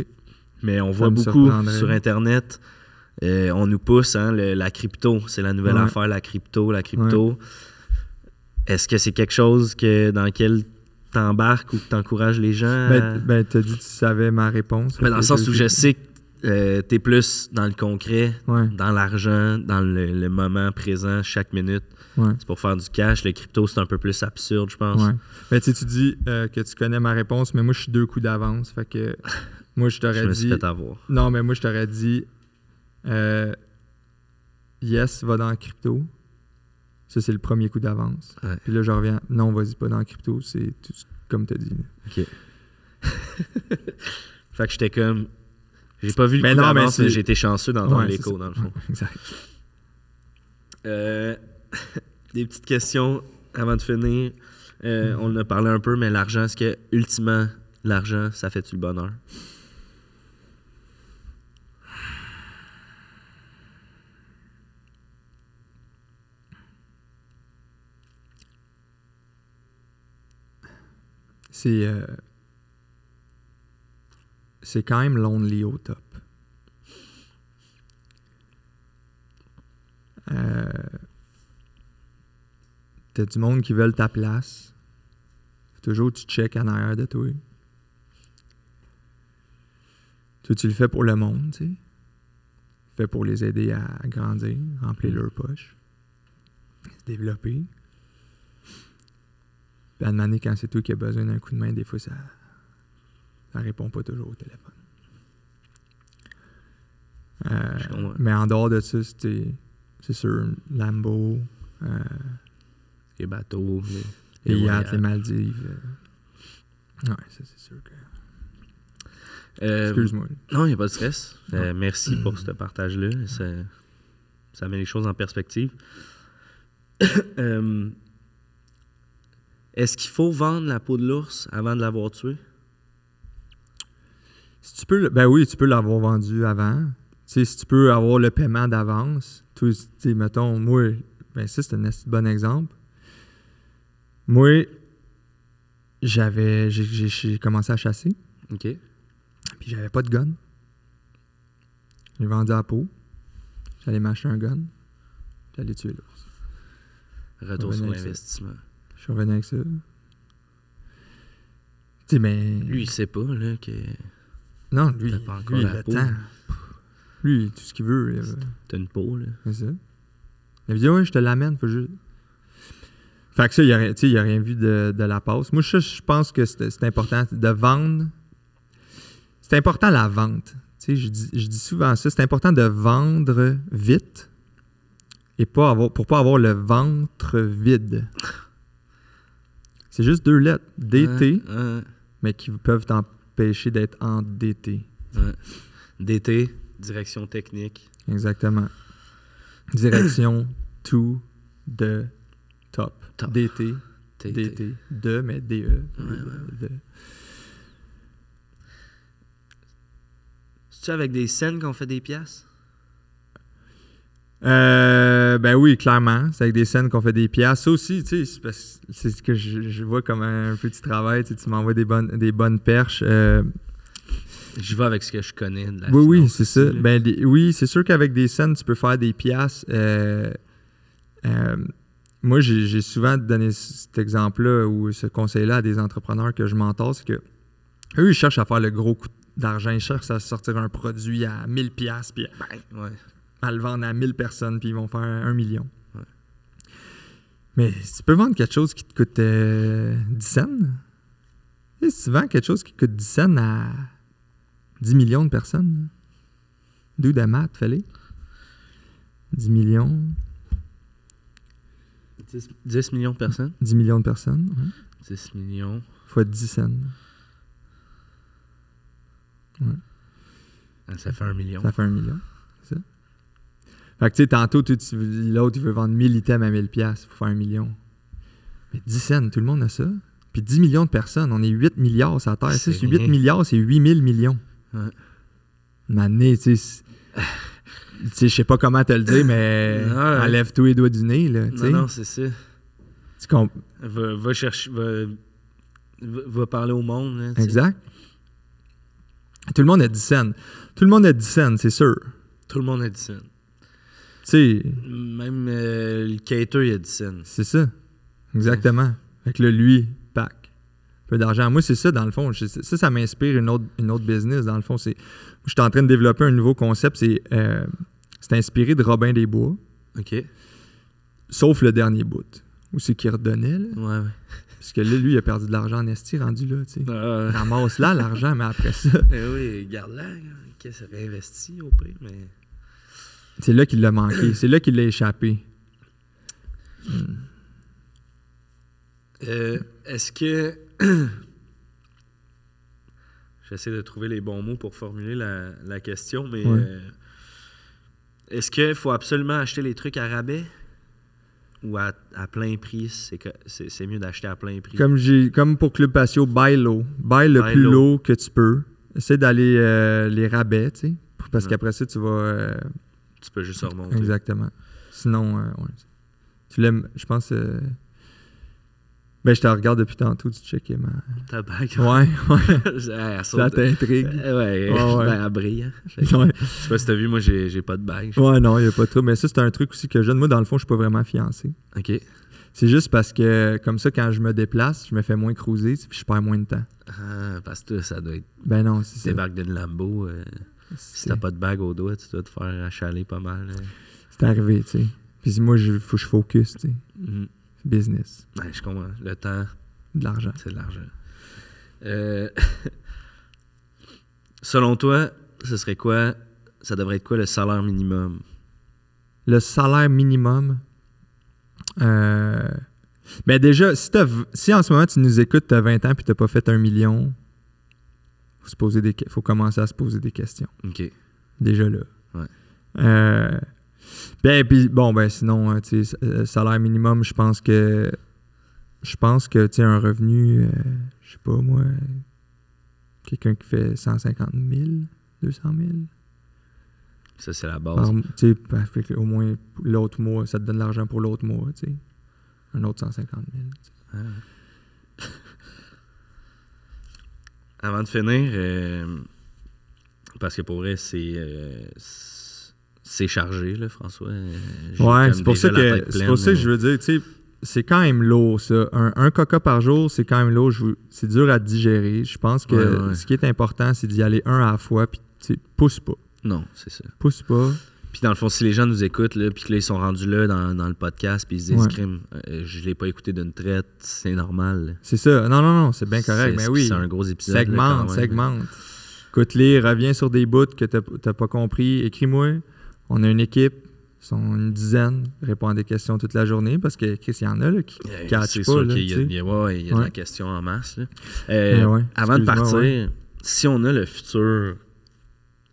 Speaker 1: Mais on voit
Speaker 3: me
Speaker 1: beaucoup
Speaker 3: surprendrait.
Speaker 1: sur Internet, euh, on nous pousse, hein, le- la crypto, c'est la nouvelle
Speaker 3: Ouais.
Speaker 1: affaire, la crypto, la crypto. Est-ce que c'est quelque chose que, dans lequel t'embarques ou que t'encourages les gens? à-
Speaker 3: Ben, ben, t'as dit que tu savais ma réponse.
Speaker 1: Mais Euh. Ben, dans le sens où je
Speaker 3: sais.
Speaker 1: sais que euh, t'es plus dans le concret,
Speaker 3: Ouais,
Speaker 1: dans l'argent, dans le, le moment présent, chaque minute.
Speaker 3: ouais.
Speaker 1: C'est pour faire du cash. Le crypto, c'est un peu plus absurde, je pense.
Speaker 3: Ouais. Mais tu sais, tu dis euh, que tu connais ma réponse, mais moi, je suis deux coups d'avance. Fait que moi, je
Speaker 1: Je
Speaker 3: t'aurais
Speaker 1: me suis
Speaker 3: dit.
Speaker 1: fait avoir.
Speaker 3: Non, mais moi, je t'aurais dit euh, Yes, va dans la crypto. Ça, c'est le premier coup d'avance.
Speaker 1: Ouais.
Speaker 3: Puis là, je reviens Non, vas-y pas dans la crypto. C'est tout ce- comme tu as dit.
Speaker 1: Fait que j'étais comme. J'ai pas vu le
Speaker 3: Mais
Speaker 1: coup
Speaker 3: Ben non, mais
Speaker 1: d'avance, mais
Speaker 3: c'est-
Speaker 1: j'ai été chanceux d'entendre
Speaker 3: Ouais, c'est
Speaker 1: l'écho,
Speaker 3: ça.
Speaker 1: dans le fond.
Speaker 3: Exact.
Speaker 1: Euh, des petites questions avant de finir. Euh, On en a parlé un peu, mais l'argent, est-ce que, ultimement, l'argent, ça fait-tu le bonheur?
Speaker 3: c'est. euh, c'est quand même Lonely au top. Euh, T'as du monde qui veulent ta place. Faut Toujours tu check en arrière de toi. Toi, tu le fais pour le monde, tu sais. Fais pour les aider à grandir, remplir leur poche, se développer. Puis à demander quand c'est toi qui as besoin d'un coup de main, des fois, ça ça répond pas toujours au téléphone. Euh,
Speaker 1: Je comprends.
Speaker 3: mais en dehors de ça, c'était- c'est sûr, Lambo, euh,
Speaker 1: Les bateaux, les,
Speaker 3: les
Speaker 1: les
Speaker 3: yachts,
Speaker 1: voyages.
Speaker 3: les Maldives. euh. Ouais, ça, c'est sûr que.
Speaker 1: Euh,
Speaker 3: Excuse-moi.
Speaker 1: Non, il n'y a pas de stress. Euh, merci pour ce partage-là. Ça, ça met les choses en perspective. Euh, Est-ce qu'il faut vendre la peau de l'ours avant de l'avoir tué?
Speaker 3: Si tu peux, le- ben oui, tu peux l'avoir vendu avant. Tu sais, si tu peux avoir le paiement d'avance, tu tu sais, mettons, moi, ben ça, c'est un assez bon exemple. Moi, j'avais, j'ai- j'ai j'ai commencé à chasser,
Speaker 1: OK.
Speaker 3: puis j'avais pas de gun. J'ai vendu à peau. J'allais m'acheter un gun. J'allais tuer l'ours.
Speaker 1: Retour
Speaker 3: Ouais,
Speaker 1: sur
Speaker 3: ben, ça-
Speaker 1: l'investissement.
Speaker 3: Je suis revenu avec ça. Tu sais, mais.
Speaker 1: Lui, il sait pas là, que
Speaker 3: Non, lui,
Speaker 1: T'as pas encore
Speaker 3: lui, il
Speaker 1: la peau.
Speaker 3: attend. Lui, tout ce qu'il veut. euh,
Speaker 1: t'as une peau. Là.
Speaker 3: C'est ça. Il a dit, ouais, je te l'amène, faut juste. Fait que ça, il a, rien- tu sais, il a rien vu de, de la passe. Moi, je, je pense que c'est c'est important de vendre. C'est important la vente. Tu sais, je dis, je dis souvent ça. C'est important de vendre vite et pas avoir, pour pas avoir le ventre vide. C'est juste deux lettres. DT,
Speaker 1: Hein, hein,
Speaker 3: mais qui peuvent t'empêcher d'être en DT.
Speaker 1: hein. DT, direction technique.
Speaker 3: Exactement. Direction to the top.
Speaker 1: Top.
Speaker 3: DT,
Speaker 1: TT.
Speaker 3: DT, de, mais E. DE.
Speaker 1: Ouais, ouais,
Speaker 3: de.
Speaker 1: C'est-tu avec des scènes qu'on fait des pièces?
Speaker 3: Euh, ben oui, clairement. C'est avec des scènes qu'on fait des piastres. Ça aussi, tu sais, c'est parce que c'est ce que je, je vois comme un petit travail. Tu sais, tu m'envoies des bonnes, des bonnes perches. Euh,
Speaker 1: J'y vais avec ce que je connais de la
Speaker 3: oui, oui,
Speaker 1: finance
Speaker 3: c'est
Speaker 1: aussi,
Speaker 3: ça.
Speaker 1: là.
Speaker 3: Ben, les- oui, c'est sûr qu'avec des scènes, tu peux faire des piastres. euh, euh, moi, j'ai j'ai souvent donné c- cet exemple-là ou ce conseil-là à des entrepreneurs que je m'entends, c'est que eux, ils cherchent à faire le gros coup d'argent, ils cherchent à sortir un produit à 1000 piastres, puis
Speaker 1: Ouais.
Speaker 3: à le vendre à 1000 personnes, puis ils vont faire un million.
Speaker 1: Ouais.
Speaker 3: Mais si tu peux vendre quelque chose qui te coûte euh, 10 cents, tu sais, si tu vends quelque chose qui coûte 10 cents à 10 millions de personnes, d'où de maths, fallait 10 millions,
Speaker 1: 10, 10 millions de personnes?
Speaker 3: 10 millions de personnes, ouais,
Speaker 1: 10 millions.
Speaker 3: fois 10 cents.
Speaker 1: Ah, Ça fait un million.
Speaker 3: Ça fait un million. c'est ça. Fait que tu sais, tantôt, tu- tu- l'autre, il veut vendre 1000 items à 1000 pièces pour faire un million. Mais 10 cents, tout le monde a ça. Puis 10 millions de personnes, on est 8 milliards sur la Terre.
Speaker 1: C'est
Speaker 3: Ça, c'est 8
Speaker 1: rien.
Speaker 3: milliards, c'est 8000 millions.
Speaker 1: Ouais.
Speaker 3: Une année, tu sais, c'est- tu sais, je sais pas comment te le dire, mais
Speaker 1: Non.
Speaker 3: enlève tous les doigts du nez, là, tu
Speaker 1: Non,
Speaker 3: sais.
Speaker 1: non, c'est ça.
Speaker 3: Tu comp-
Speaker 1: Va, va chercher. Va, va va parler au monde. là, tu sais.
Speaker 3: Exact. Tout le monde a 10 cents. Tout le monde a 10 cents, c'est sûr.
Speaker 1: Tout le monde a 10 cents.
Speaker 3: Tu sais,
Speaker 1: Même euh, le cater, il a 10 cents.
Speaker 3: C'est ça.
Speaker 1: Hmm.
Speaker 3: Exactement. Fait que là, lui, pack. Peu d'argent. Moi, c'est ça, dans le fond. Je- Ça, ça m'inspire une autre, une autre business, dans le fond. C'est, je suis en train de développer un nouveau concept. C'est, euh, c'est inspiré de Robin des Bois,
Speaker 1: OK. Ouais,
Speaker 3: sauf le dernier bout. Où c'est qu'il redonnait, là.
Speaker 1: ouais.
Speaker 3: Parce que là, lui, il a perdu de l'argent en esti rendu là, tu sais.
Speaker 1: Ah,
Speaker 3: Ramasse là l'argent, mais après ça,
Speaker 1: eh oui, garde-la. Qu'est-ce que ça réinvestit au pire, mais.
Speaker 3: c'est là qu'il l'a manqué. C'est là qu'il l'a échappé.
Speaker 1: Euh, Est-ce que. J'essaie de trouver les bons mots pour formuler la, la question, mais.
Speaker 3: Ouais.
Speaker 1: euh, Est-ce qu'il faut absolument acheter les trucs à rabais ou à, à plein prix C'est que- c'est c'est mieux d'acheter à plein prix.
Speaker 3: Comme, j'ai, comme pour Club Patio, buy low. Buy le
Speaker 1: Buy
Speaker 3: plus
Speaker 1: low.
Speaker 3: low. que tu peux. Essaie d'aller euh, les rabais, tu sais. Parce
Speaker 1: Ouais.
Speaker 3: qu'après ça, tu vas. euh,
Speaker 1: Tu peux juste remonter.
Speaker 3: exactement. Sinon, euh, ouais. Tu l'aimes, je pense. euh, Ben, je te regarde depuis tantôt, tu checkais ma.
Speaker 1: Tabac.
Speaker 3: Ouais, ouais.
Speaker 1: Elle saute.
Speaker 3: Ça t'intrigue.
Speaker 1: Euh, Ouais,
Speaker 3: Ouais, ouais.
Speaker 1: ben, elle brille. hein.
Speaker 3: Ouais.
Speaker 1: Je sais pas si t'as vu, moi, j'ai j'ai pas de bague.
Speaker 3: Ouais, non, il a pas de trouble. Mais ça, c'est un truc aussi que je donne. Moi, dans le fond, je suis pas vraiment fiancé.
Speaker 1: OK.
Speaker 3: C'est juste parce que, comme ça, quand je me déplace, je me fais moins cruiser, puis je perds moins de temps.
Speaker 1: Ah, parce que toi, ça doit être...
Speaker 3: Ben non, c'est
Speaker 1: Tu
Speaker 3: ça.
Speaker 1: débarques d'une Lambo, euh, si
Speaker 3: C'est
Speaker 1: t'as pas de bague au doigt, tu dois te faire achaler pas mal. hein.
Speaker 3: c'est arrivé, tu sais. Puis moi, il faut que je focus, tu sais.
Speaker 1: Mhm.
Speaker 3: Business,
Speaker 1: Ouais, je comprends. Le temps,
Speaker 3: de l'argent.
Speaker 1: c'est de l'argent. Euh, Selon toi, ce serait quoi... Ça devrait être quoi le salaire minimum?
Speaker 3: le salaire minimum. Euh, ben déjà, si, t'as v- si en ce moment tu nous écoutes, tu as 20 ans puis tu pas fait un million, faut, se poser des, que- faut commencer à se poser des questions.
Speaker 1: OK.
Speaker 3: Déjà là.
Speaker 1: Ouais.
Speaker 3: Euh, ben, puis bon, ben sinon, hein, tu sais, euh, salaire minimum, je pense que. Je pense que, tu sais, un revenu, euh, je sais pas moi, quelqu'un qui fait 150 000, 200 000.
Speaker 1: Ça, c'est la base.
Speaker 3: Par- tu sais, par- fait que au moins, l'autre mois, ça te donne l'argent pour l'autre mois, tu sais. Un autre 150 000. tu sais.
Speaker 1: Avant de finir, euh, parce que pour vrai, c'est. euh, c'est- c'est chargé, là, François. Euh, j'ai
Speaker 3: Ouais,
Speaker 1: comme
Speaker 3: c'est pour, ça
Speaker 1: déjà la
Speaker 3: que,
Speaker 1: tête
Speaker 3: c'est pour ça que
Speaker 1: pleine,
Speaker 3: je veux dire, tu sais, c'est quand même lourd, ça. Un, un coca par jour, c'est quand même lourd. Je vous- C'est dur à digérer. Je pense que
Speaker 1: Ouais, ouais.
Speaker 3: ce qui est important, c'est d'y aller un à la fois, puis tu sais, pousse pas.
Speaker 1: Non, c'est ça.
Speaker 3: Pousse pas.
Speaker 1: Puis dans le fond, si les gens nous écoutent, là, puis que là, ils sont rendus là dans, dans le podcast, puis ils se disent
Speaker 3: Ouais.
Speaker 1: Crime, euh, je l'ai pas écouté d'une traite, c'est normal.
Speaker 3: C'est ça. Non, non, non, c'est bien Ben correct.
Speaker 1: C'est-
Speaker 3: Mais oui,
Speaker 1: C'est un gros épisode. là, quand
Speaker 3: segmente,
Speaker 1: même.
Speaker 3: segmente. Écoute-les, reviens sur des bouts que t'as t'as pas compris. Écris-moi. On a une équipe. Ils sont une dizaine. Répond à des questions toute la journée parce que, Chris, il y en a là, qui
Speaker 1: Euh,
Speaker 3: ne catchent
Speaker 1: C'est
Speaker 3: pas.
Speaker 1: sûr
Speaker 3: là,
Speaker 1: qu'il y a,
Speaker 3: tu
Speaker 1: il
Speaker 3: sais.
Speaker 1: y a- ouais, il y a de la
Speaker 3: Ouais. Ben
Speaker 1: question en masse. là. Euh,
Speaker 3: ouais,
Speaker 1: avant de
Speaker 3: excuse-moi,
Speaker 1: partir,
Speaker 3: ouais.
Speaker 1: si on a le futur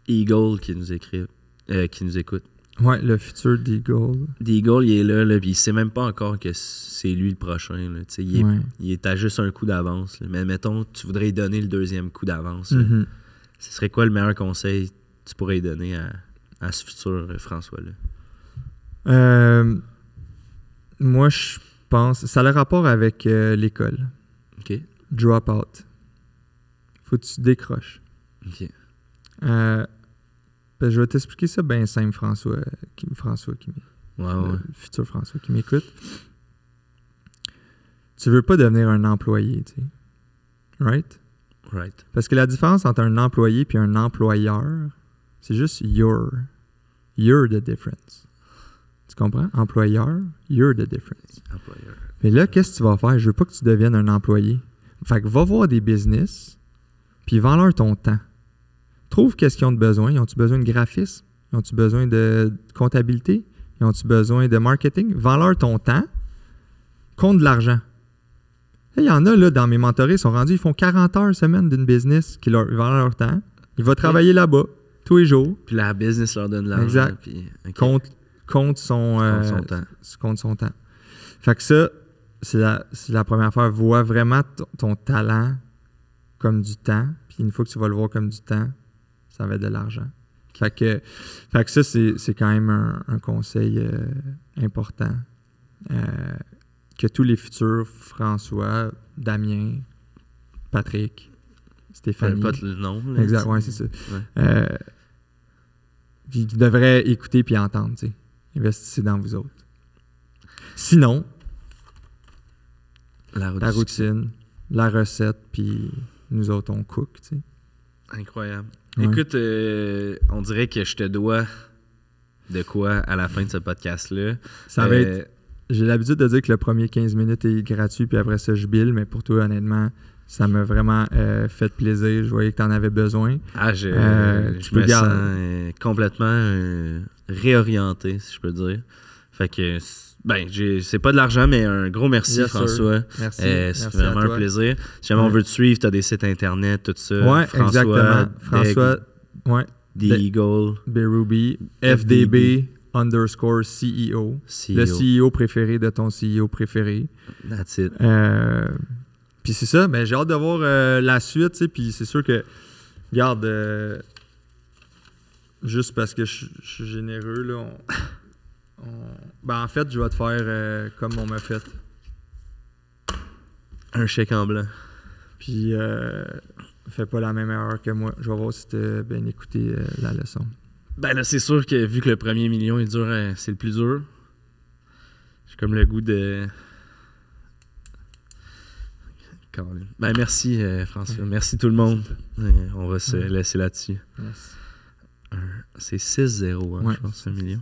Speaker 1: Eagle qui nous écrit, euh, qui nous écoute,
Speaker 3: Ouais, le futur d'Eagle.
Speaker 1: Eagle, il est là, là puis il sait même pas encore que c'est lui le prochain. là, tu sais, il, est,
Speaker 3: Ouais.
Speaker 1: il est à juste un coup d'avance. là. Mais mettons, tu voudrais lui donner le deuxième coup d'avance. là.
Speaker 3: Mhm.
Speaker 1: Ce serait quoi le meilleur conseil que tu pourrais lui donner à, à ce futur euh, François-là?
Speaker 3: Euh, moi, je pense. Ça a le rapport avec euh, l'école.
Speaker 1: OK?
Speaker 3: Drop out. Faut que tu décroches.
Speaker 1: OK.
Speaker 3: Euh, ben, je vais t'expliquer ça bien simple, François, euh, qui, François qui
Speaker 1: Ouais,
Speaker 3: le
Speaker 1: Ah ouais.
Speaker 3: futur François qui m'écoute. Tu veux pas devenir un employé, tu sais. Right?
Speaker 1: Right.
Speaker 3: Parce que la différence entre un employé puis un employeur, c'est juste your. You're the difference. Tu comprends? Employeur, you're the difference.
Speaker 1: Employeur.
Speaker 3: Mais là, qu'est-ce que tu vas faire? Je veux pas que tu deviennes un employé. Fait que va voir des business, puis vends-leur ton temps. Trouve qu'est-ce qu'ils ont de besoin. Ils ont-tu besoin de graphisme? Ils ont-tu besoin de comptabilité? Ils ont-tu besoin de marketing? Vends-leur ton temps. Compte de l'argent. Là, Il y en a, là, dans mes mentorés, ils sont rendus, ils font 40 heures semaine d'une business qui leur vend leur temps. Il va travailler là-bas, tous les jours.
Speaker 1: Puis la business leur donne l'argent.
Speaker 3: Exact.
Speaker 1: Puis, OK.
Speaker 3: Compte, compte son...
Speaker 1: Compte
Speaker 3: euh,
Speaker 1: son temps.
Speaker 3: tu comptes son temps. Fait que ça, c'est la, c'est la première affaire. Vois vraiment ton, ton talent comme du temps. Puis une fois que tu vas le voir comme du temps, ça va être de l'argent. Fait que, fait que ça, c'est c'est quand même un, un conseil euh, important euh, que tous les futurs François, Damien, Patrick,
Speaker 1: Peu
Speaker 3: Stéphanie.
Speaker 1: importe le nom. là,
Speaker 3: Exact,
Speaker 1: tu-
Speaker 3: ouais, c'est ça. Euh, qui qui devraient écouter puis entendre, tu sais. Investissez dans vous autres. Sinon,
Speaker 1: La route,
Speaker 3: la
Speaker 1: du-
Speaker 3: routine, la recette, puis nous autres, on cook, tu sais.
Speaker 1: Incroyable.
Speaker 3: Ouais.
Speaker 1: Écoute, euh, on dirait que je te dois de quoi à la fin de ce podcast-là.
Speaker 3: Ça va
Speaker 1: Euh,
Speaker 3: être... J'ai l'habitude de dire que le premier 15 minutes est gratuit, puis après ça, je bille, mais pour toi, honnêtement, ça m'a vraiment euh, fait plaisir. Je voyais que t'en avais besoin.
Speaker 1: Ah, je,
Speaker 3: Euh,
Speaker 1: je
Speaker 3: tu
Speaker 1: me
Speaker 3: peux garder.
Speaker 1: sens euh, complètement euh, réorienté, si je peux dire. Fait que, c'est- ben, j'ai- c'est pas de l'argent, mais un gros merci,
Speaker 3: Yes, sir.
Speaker 1: François.
Speaker 3: Merci.
Speaker 1: Euh,
Speaker 3: Merci
Speaker 1: c'est
Speaker 3: à
Speaker 1: vraiment un
Speaker 3: toi.
Speaker 1: plaisir. Si jamais on
Speaker 3: Ouais.
Speaker 1: veut te suivre, tu as des sites internet, tout ça.
Speaker 3: Ouais,
Speaker 1: François,
Speaker 3: exactement.
Speaker 1: Deg-
Speaker 3: François, ouais,
Speaker 1: The
Speaker 3: Deg-
Speaker 1: Eagle,
Speaker 3: Berubi,
Speaker 1: FDB,
Speaker 3: FDB underscore CEO.
Speaker 1: CEO.
Speaker 3: le CEO préféré de ton CEO préféré.
Speaker 1: E That's it.
Speaker 3: Euh, puis c'est ça, mais j'ai hâte de voir euh, la suite, tu sais, puis c'est sûr que, regarde, euh, juste parce que je je suis généreux, là, on- on- ben en fait, je vais te faire euh, comme on m'a fait.
Speaker 1: Un chèque en blanc.
Speaker 3: Puis, euh, fais pas la même erreur que moi. Je vais voir si t'as bien écouté euh, la leçon.
Speaker 1: Ben là, c'est sûr que vu que le premier million est dur, hein, c'est le plus dur. J'ai comme le goût de. Colin. Ben merci euh, François, merci tout le monde. Euh, on va se laisser là-dessus.
Speaker 3: Yes.
Speaker 1: C'est 6-0, hein,
Speaker 3: Ouais.
Speaker 1: je pense, un million.